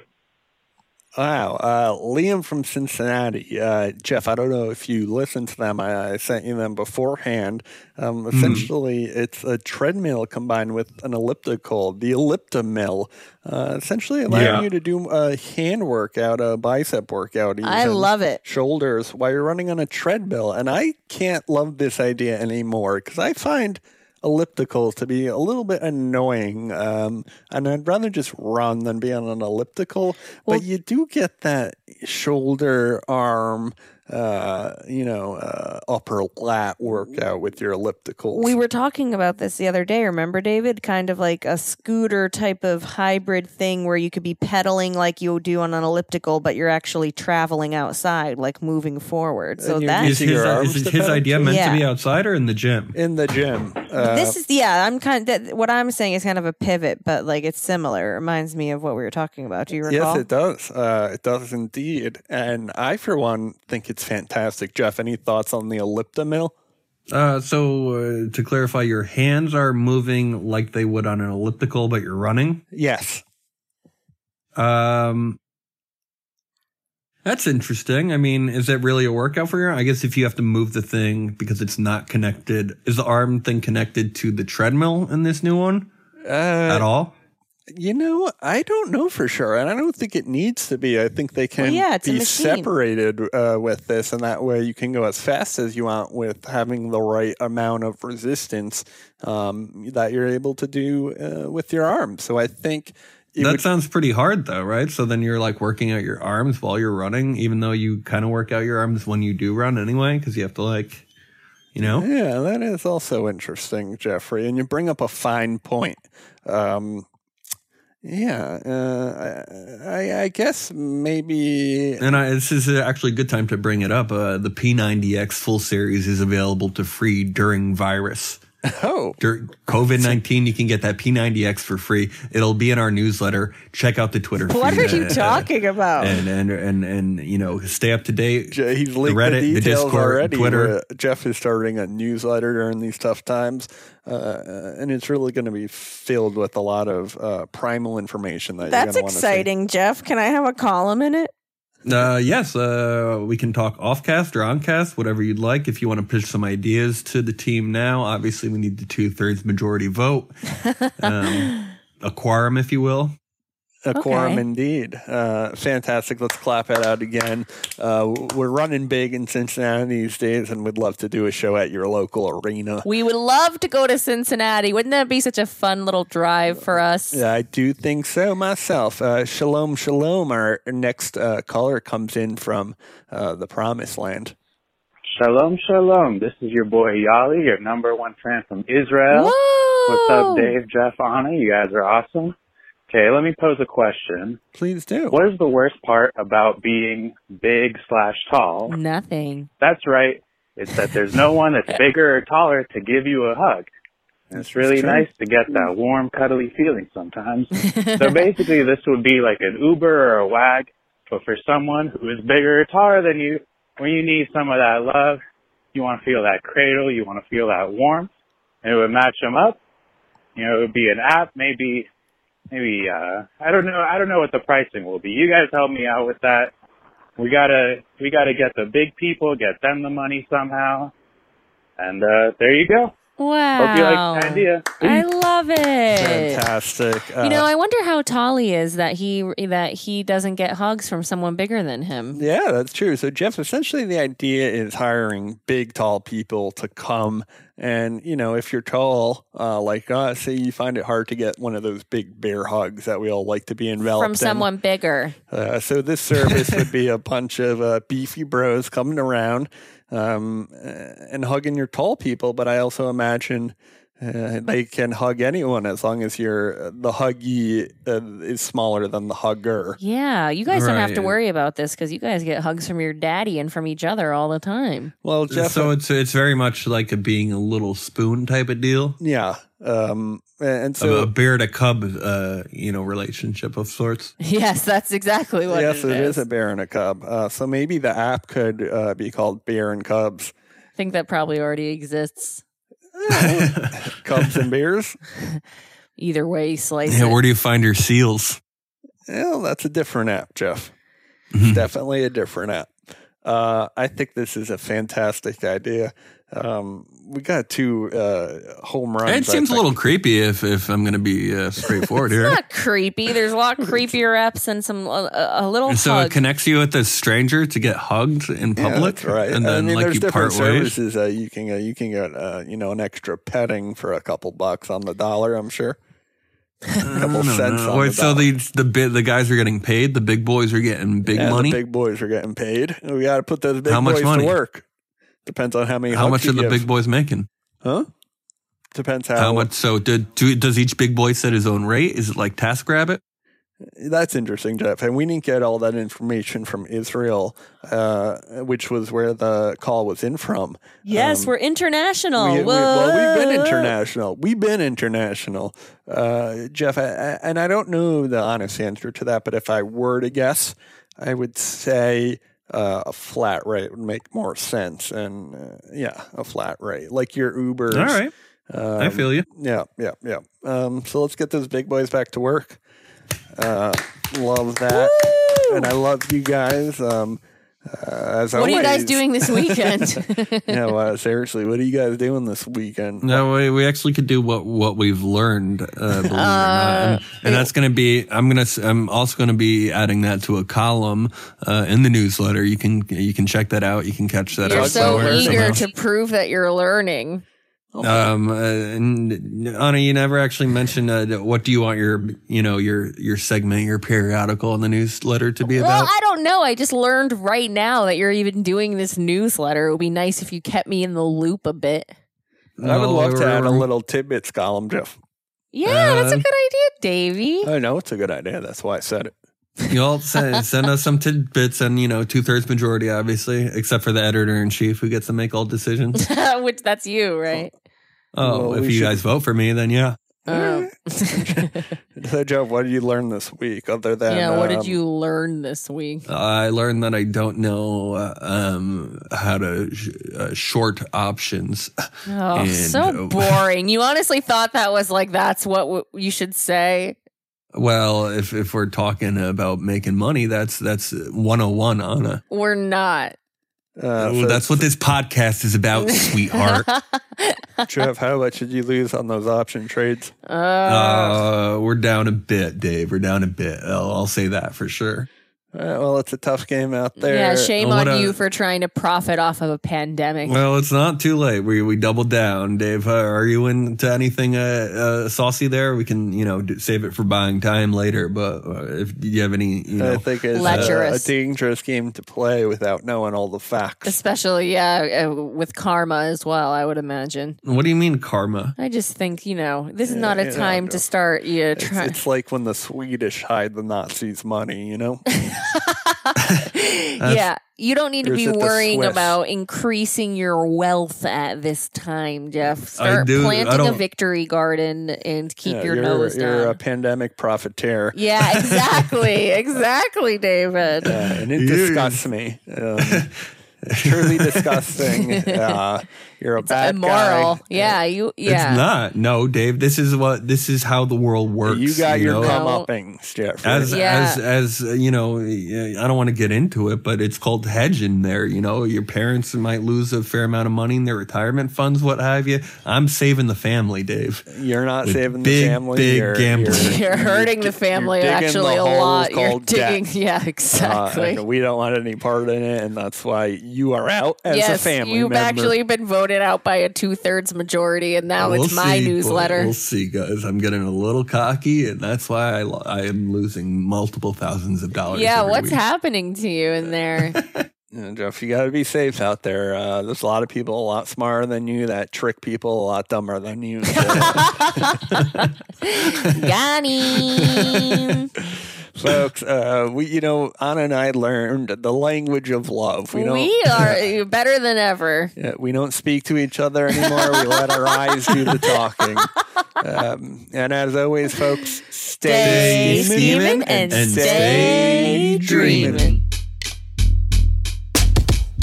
Speaker 8: Wow. Uh, Liam from Cincinnati. Uh, Jeff, I don't know if you listened to them. I, I sent you them beforehand. Um, essentially, it's a treadmill combined with an elliptical, the elliptomill, uh, essentially allowing
Speaker 5: Yeah.
Speaker 8: you to do a hand workout, a bicep workout.
Speaker 4: I
Speaker 8: even.
Speaker 4: love it.
Speaker 8: shoulders while you're running on a treadmill. And I can't love this idea anymore because I find ellipticals to be a little bit annoying. Um, and I'd rather just run than be on an elliptical.
Speaker 4: Well-
Speaker 8: but you do get that shoulder, arm, uh, you know, uh, upper lat workout with your ellipticals.
Speaker 4: We were talking about this the other day, remember, David? Kind of like a scooter type of hybrid thing where you could be pedaling like you do on an elliptical, but you're actually traveling outside, like moving forward. So
Speaker 8: And you're
Speaker 4: that's
Speaker 5: Is
Speaker 8: Using
Speaker 5: his,
Speaker 8: your arms
Speaker 5: is
Speaker 8: to
Speaker 5: his
Speaker 8: pedal
Speaker 5: idea
Speaker 8: too?
Speaker 5: meant
Speaker 4: Yeah.
Speaker 5: to be outside or in the gym?
Speaker 8: in the gym. Uh,
Speaker 4: this is yeah. I'm kind of that, what I'm saying is kind of a pivot, but like it's similar. It reminds me of what we were talking about. Do you recall?
Speaker 8: Yes, it does. Uh, it does indeed. And I, for one, think it's fantastic. Jeff, any thoughts on the elliptomill?
Speaker 5: Uh, so uh, to clarify, your hands are moving like they would on an elliptical, but you're running.
Speaker 8: Yes.
Speaker 5: Um, that's interesting. I mean, is that really a workout for you? I guess if you have to move the thing because it's not connected, is the arm thing connected to the treadmill in this new one
Speaker 8: Uh,
Speaker 5: at all?
Speaker 8: you know, I don't know for sure, and I don't think it needs to be. I think they can
Speaker 4: Well, yeah, it's a
Speaker 8: be
Speaker 4: machine.
Speaker 8: separated uh, with this, and that way you can go as fast as you want with having the right amount of resistance um, that you're able to do uh, with your arm. So I think it
Speaker 5: That
Speaker 8: would
Speaker 5: sounds pretty hard, though, right? So then you're like working out your arms while you're running, even though you kind of work out your arms when you do run anyway, because you have to like, you know.
Speaker 8: Yeah, that is also interesting, Jeffrey. And you bring up a fine point. Um, yeah, uh, I- I, I guess maybe.
Speaker 5: And I, this is actually a good time to bring it up. Uh, the P90X full series is available to free during virus.
Speaker 8: Oh,
Speaker 5: During COVID 19, you can get that P90X for free. It'll be in our newsletter. Check out the Twitter
Speaker 12: What are
Speaker 5: feed,
Speaker 12: you
Speaker 5: uh,
Speaker 12: talking about?
Speaker 5: And, and, and, and, you know, stay up to date.
Speaker 8: J- he's linked
Speaker 5: Reddit,
Speaker 8: the
Speaker 5: the
Speaker 8: details
Speaker 5: Discord,
Speaker 8: already.
Speaker 5: Twitter.
Speaker 8: where Jeff is starting a newsletter during these tough times, uh, and it's really going to be filled with a lot of uh, primal information that
Speaker 12: That's
Speaker 8: you're going to want to
Speaker 12: exciting, Jeff. Can I have a column in it?
Speaker 5: Uh, yes, uh, we can talk offcast or oncast, whatever you'd like. If you want to pitch some ideas to the team now, obviously we need the two thirds majority vote, um, a quorum, if you will.
Speaker 8: A quorum
Speaker 4: Okay.
Speaker 8: indeed. Uh, fantastic. Let's clap it out again. Uh, we're running big in Cincinnati these days, and we'd love to do a show at your local arena.
Speaker 4: We would love to go to Cincinnati. Wouldn't that be such a fun little drive for us?
Speaker 8: Yeah, I do think so myself. Uh, shalom, shalom. Our next uh, caller comes in from uh, the promised land.
Speaker 13: Shalom, shalom. This is your boy Yali, your number one fan from Israel.
Speaker 4: Whoa!
Speaker 13: What's up, Dave, Jeff, Anna? You guys are awesome. Okay, let me pose a question.
Speaker 8: Please do.
Speaker 13: What is the worst part about being big slash tall?
Speaker 4: Mm. Nothing.
Speaker 13: That's right. It's that there's no one that's bigger or taller to give you a hug. And it's really
Speaker 8: true.
Speaker 13: nice to get that warm, cuddly feeling sometimes. so basically, this would be like an Uber or a WAG, but for someone who is bigger or taller than you, when you need some of that love, you want to feel that cradle, you want to feel that warmth, and it would match them up. You know, it would be an app, maybe, maybe, uh, I don't know, I don't know what the pricing will be. You guys help me out with that. We gotta, we gotta get the big people, get them the money somehow. And, uh, there you go.
Speaker 4: Wow.
Speaker 13: Hope you like the idea.
Speaker 4: I love it.
Speaker 8: Fantastic. Uh,
Speaker 4: You know, I wonder how tall he is that he that he doesn't get hugs from someone bigger than him.
Speaker 8: Yeah, that's true. So, Jeff, essentially the idea is hiring big, tall people to come. And, you know, if you're tall, uh, like us, say you find it hard to get one of those big bear hugs that we all like to be enveloped
Speaker 4: From
Speaker 8: in.
Speaker 4: someone bigger.
Speaker 8: Uh, so, this service would be a bunch of uh, beefy bros coming around um, uh, and hugging your tall people. But I also imagine. Uh, they can hug anyone as long as you're uh, the huggy uh, is smaller than the hugger.
Speaker 4: Yeah, you guys don't have to
Speaker 5: Right.
Speaker 4: worry about this because you guys get hugs from your daddy and from each other all the time.
Speaker 8: Well, Jeff,
Speaker 5: so it's it's very much like a being a little spoon type of deal,
Speaker 8: Yeah. Um,
Speaker 5: a- a
Speaker 8: and so,
Speaker 5: bear to cub, uh, you know, relationship of sorts.
Speaker 4: Yes, that's exactly what
Speaker 8: yes,
Speaker 4: it is.
Speaker 8: it is a bear and a cub. Uh, so maybe the app could uh, be called Bear and Cubs.
Speaker 4: I think that probably already exists.
Speaker 8: Cubs and bears?
Speaker 4: Either way, you slice
Speaker 5: Yeah,
Speaker 4: it.
Speaker 5: where do you find your seals?
Speaker 8: Well, that's a different app, Jeff.
Speaker 5: Mhm.
Speaker 8: Definitely a different app. Uh, I think this is a fantastic idea. Um, we got two uh, home runs.
Speaker 5: It
Speaker 8: I
Speaker 5: seems a
Speaker 8: think.
Speaker 5: little creepy if if I'm going to be uh, straightforward here.
Speaker 4: Not creepy. There's a lot creepier apps and some uh, a little
Speaker 5: And so
Speaker 4: hug.
Speaker 5: it connects you with a stranger to get hugged in
Speaker 8: Yeah,
Speaker 5: public,
Speaker 8: that's right?
Speaker 5: And
Speaker 8: I
Speaker 5: then
Speaker 8: mean,
Speaker 5: like
Speaker 8: there's
Speaker 5: you
Speaker 8: different
Speaker 5: part ways.
Speaker 8: services uh, you can uh, you can get uh, you know an extra petting for a couple bucks on the dollar. I'm sure.
Speaker 5: I
Speaker 8: couple
Speaker 5: don't
Speaker 8: cents
Speaker 5: know.
Speaker 8: on
Speaker 5: Wait,
Speaker 8: the
Speaker 5: so
Speaker 8: dollar.
Speaker 5: the the bi- the guys are getting paid. The big boys are getting big
Speaker 8: Yeah, the
Speaker 5: money.
Speaker 8: big boys are getting paid. We got to put those big
Speaker 5: How much
Speaker 8: boys
Speaker 5: money?
Speaker 8: to work. Depends on how many.
Speaker 5: how
Speaker 8: hugs
Speaker 5: much
Speaker 8: you
Speaker 5: are the
Speaker 8: give.
Speaker 5: big boys making?
Speaker 8: Huh? Depends how,
Speaker 5: How, much? So did, do, does each big boy set his own rate? Is it like Task Rabbit?
Speaker 8: That's interesting, Jeff. And we didn't get all that information from Israel, uh, which was where the call was in from.
Speaker 4: yes,
Speaker 8: Um,
Speaker 4: we're international.
Speaker 8: We- we- well, we've been
Speaker 4: Whoa.
Speaker 8: international. We've been international, uh, Jeff. I, I, and I don't know the honest answer to that, but if I were to guess, I would say uh, a flat rate would make more sense. And uh, yeah, a flat rate, like your Ubers.
Speaker 5: All right,
Speaker 8: Um,
Speaker 5: I feel you.
Speaker 8: Yeah, yeah, yeah. Um, so let's get those big boys back to work. Uh, love that, and I love you guys. Um, uh, as
Speaker 4: What are
Speaker 8: always,
Speaker 4: you guys doing this weekend?
Speaker 8: no, uh, seriously, what are you guys doing this weekend?
Speaker 5: No, we, we actually could do what what we've learned, uh, believe it or
Speaker 4: Uh,
Speaker 5: not. And, and that's going to be. I'm going to. I'm also going to be adding that to a column uh, in the newsletter. You can you can check that out. You can catch that
Speaker 4: you're
Speaker 5: out.
Speaker 4: so
Speaker 5: somewhere,
Speaker 4: eager to
Speaker 5: somehow.
Speaker 4: prove that you're learning.
Speaker 5: Um, uh, and Anna, you never actually mentioned uh, that what do you want your, you know, your your segment, your periodical in the newsletter to be
Speaker 4: Well,
Speaker 5: about?
Speaker 4: I don't know. I just learned right now that you're even doing this newsletter. It would be nice if you kept me in the loop a bit.
Speaker 8: I would
Speaker 5: No,
Speaker 8: love to
Speaker 5: we're-
Speaker 8: add a
Speaker 5: we're-
Speaker 8: little tidbits column, Jeff.
Speaker 4: Yeah, that's a good
Speaker 5: Uh,
Speaker 4: idea, Davey.
Speaker 8: I know it's a good idea. That's why I said it.
Speaker 5: Y'all send, send us some tidbits, and you know, two thirds majority, obviously, except for the editor in chief who gets to make all decisions.
Speaker 4: Which that's you, right?
Speaker 3: Oh,
Speaker 8: Well,
Speaker 3: if
Speaker 8: we
Speaker 3: you
Speaker 8: should-
Speaker 3: guys vote for me, then yeah.
Speaker 5: uh,
Speaker 4: Oh.
Speaker 8: So, Joe, what did you learn this week other than.
Speaker 14: yeah, what
Speaker 8: um,
Speaker 14: did you learn this week?
Speaker 3: I learned that I don't know uh, um, how to sh- uh, short options.
Speaker 4: Oh,
Speaker 3: And,
Speaker 4: so
Speaker 3: uh,
Speaker 4: boring. You honestly thought that was like that's what w- you should say.
Speaker 3: Well, if, if we're talking about making money, that's that's 101 on a.
Speaker 4: We're not.
Speaker 8: Uh,
Speaker 3: Well,
Speaker 8: so,
Speaker 3: that's what this podcast is about, Oh, sweetheart.
Speaker 4: Uh,
Speaker 8: Jeff, how much did you lose on those option trades?
Speaker 4: Uh,
Speaker 3: Uh, we're down a bit, Dave. We're down a bit. I'll, I'll say that for sure.
Speaker 8: Uh, well, it's a tough game out there.
Speaker 4: yeah, shame
Speaker 3: Uh, what
Speaker 4: on
Speaker 3: a-
Speaker 4: you for trying to profit off of a pandemic.
Speaker 3: Well, it's not too late. We we doubled down, Dave. Uh, are you into anything uh, uh, saucy there? We can you know d- save it for buying time later. But uh, if do you have any, you know,
Speaker 8: I think it's a, a
Speaker 4: Lecherous.
Speaker 8: dangerous game to play without knowing all the facts.
Speaker 4: Especially, yeah, uh, with karma as well, I would imagine.
Speaker 3: what do you mean karma?
Speaker 4: I just think, you know, this is not
Speaker 8: yeah,
Speaker 4: a time
Speaker 8: no.
Speaker 4: to start, you know,
Speaker 8: It's,
Speaker 4: try-
Speaker 8: it's like when the Swedish hide the Nazis' money, you know?
Speaker 4: yeah, you don't need to
Speaker 8: or is
Speaker 4: be
Speaker 8: it the
Speaker 4: worrying
Speaker 8: Swiss?
Speaker 4: about increasing your wealth at this time, Jeff.
Speaker 3: I
Speaker 4: Start
Speaker 3: do- I
Speaker 4: planting a
Speaker 3: don't-
Speaker 4: victory garden and keep
Speaker 8: Yeah,
Speaker 4: your
Speaker 8: you're,
Speaker 4: nose
Speaker 8: you're
Speaker 4: down.
Speaker 8: a pandemic profiteer.
Speaker 4: Yeah, exactly. exactly, David.
Speaker 8: Uh, and it
Speaker 3: You're-
Speaker 8: disgusts me. Um, truly disgusting. Uh, you're a bad
Speaker 4: Immoral.
Speaker 8: guy.
Speaker 4: Yeah, you yeah.
Speaker 3: It's not. No, Dave. This is what this is how the world works.
Speaker 8: You got your
Speaker 3: know?
Speaker 4: No.
Speaker 8: come uppings, Jeffrey.
Speaker 3: as
Speaker 4: Yeah.
Speaker 3: as as uh, you know uh, i don't want to get into it but it's called hedging there you know your parents might lose a fair amount of money in their retirement funds what have you i'm saving the family dave
Speaker 8: you're not
Speaker 3: with
Speaker 8: saving
Speaker 3: big,
Speaker 8: the family.
Speaker 3: big
Speaker 8: you're,
Speaker 3: gambling.
Speaker 8: you're-
Speaker 4: You're hurting the family
Speaker 8: digging the
Speaker 4: actually a
Speaker 8: hole
Speaker 4: lot. You're
Speaker 8: called debt.
Speaker 4: digging yeah,
Speaker 8: uh,
Speaker 4: exactly.
Speaker 8: and we don't want any part in it, and that's why you are out as
Speaker 4: yes,
Speaker 8: a family
Speaker 4: you've
Speaker 8: member.
Speaker 4: actually been voted out by a two thirds majority, and now
Speaker 3: We'll
Speaker 4: it's my
Speaker 3: see, boy.
Speaker 4: newsletter.
Speaker 3: we'll see guys i'm getting a little cocky and that's why i, lo- I am losing multiple thousands of dollars
Speaker 4: yeah,
Speaker 3: every
Speaker 4: what's
Speaker 3: week.
Speaker 4: happening to you in there?
Speaker 8: You know, Jeff, you got to be safe out there. Uh, there's a lot of people a lot smarter than you that trick people a lot dumber than you. So,
Speaker 4: Got him.
Speaker 8: folks, uh, we, you know, Anna and I learned the language of love. We
Speaker 4: We,
Speaker 8: don't.
Speaker 4: are better than ever.
Speaker 8: Yeah, we don't speak to each other anymore. we let our eyes do the talking. Um, and as always, folks, stay,
Speaker 4: Stay scheming
Speaker 3: and
Speaker 4: and,
Speaker 3: stay
Speaker 4: stay dreaming.
Speaker 3: dreaming.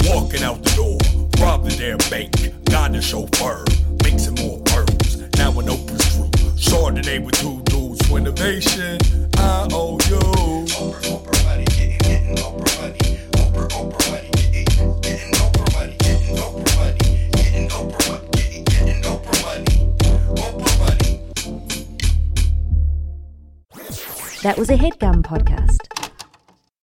Speaker 2: Walking out the door, robbing their bank. Got the chauffeur, mixing more pearls. Now an open screw. Chardonnay with two dudes for innovation. I owe you. Oprah, Oprah money, getting, getting Oprah money. Oprah, Oprah money, getting, getting Oprah money. Getting Oprah money, getting Oprah money. Getting, getting Oprah money. Oprah money.
Speaker 1: That was a headgum podcast.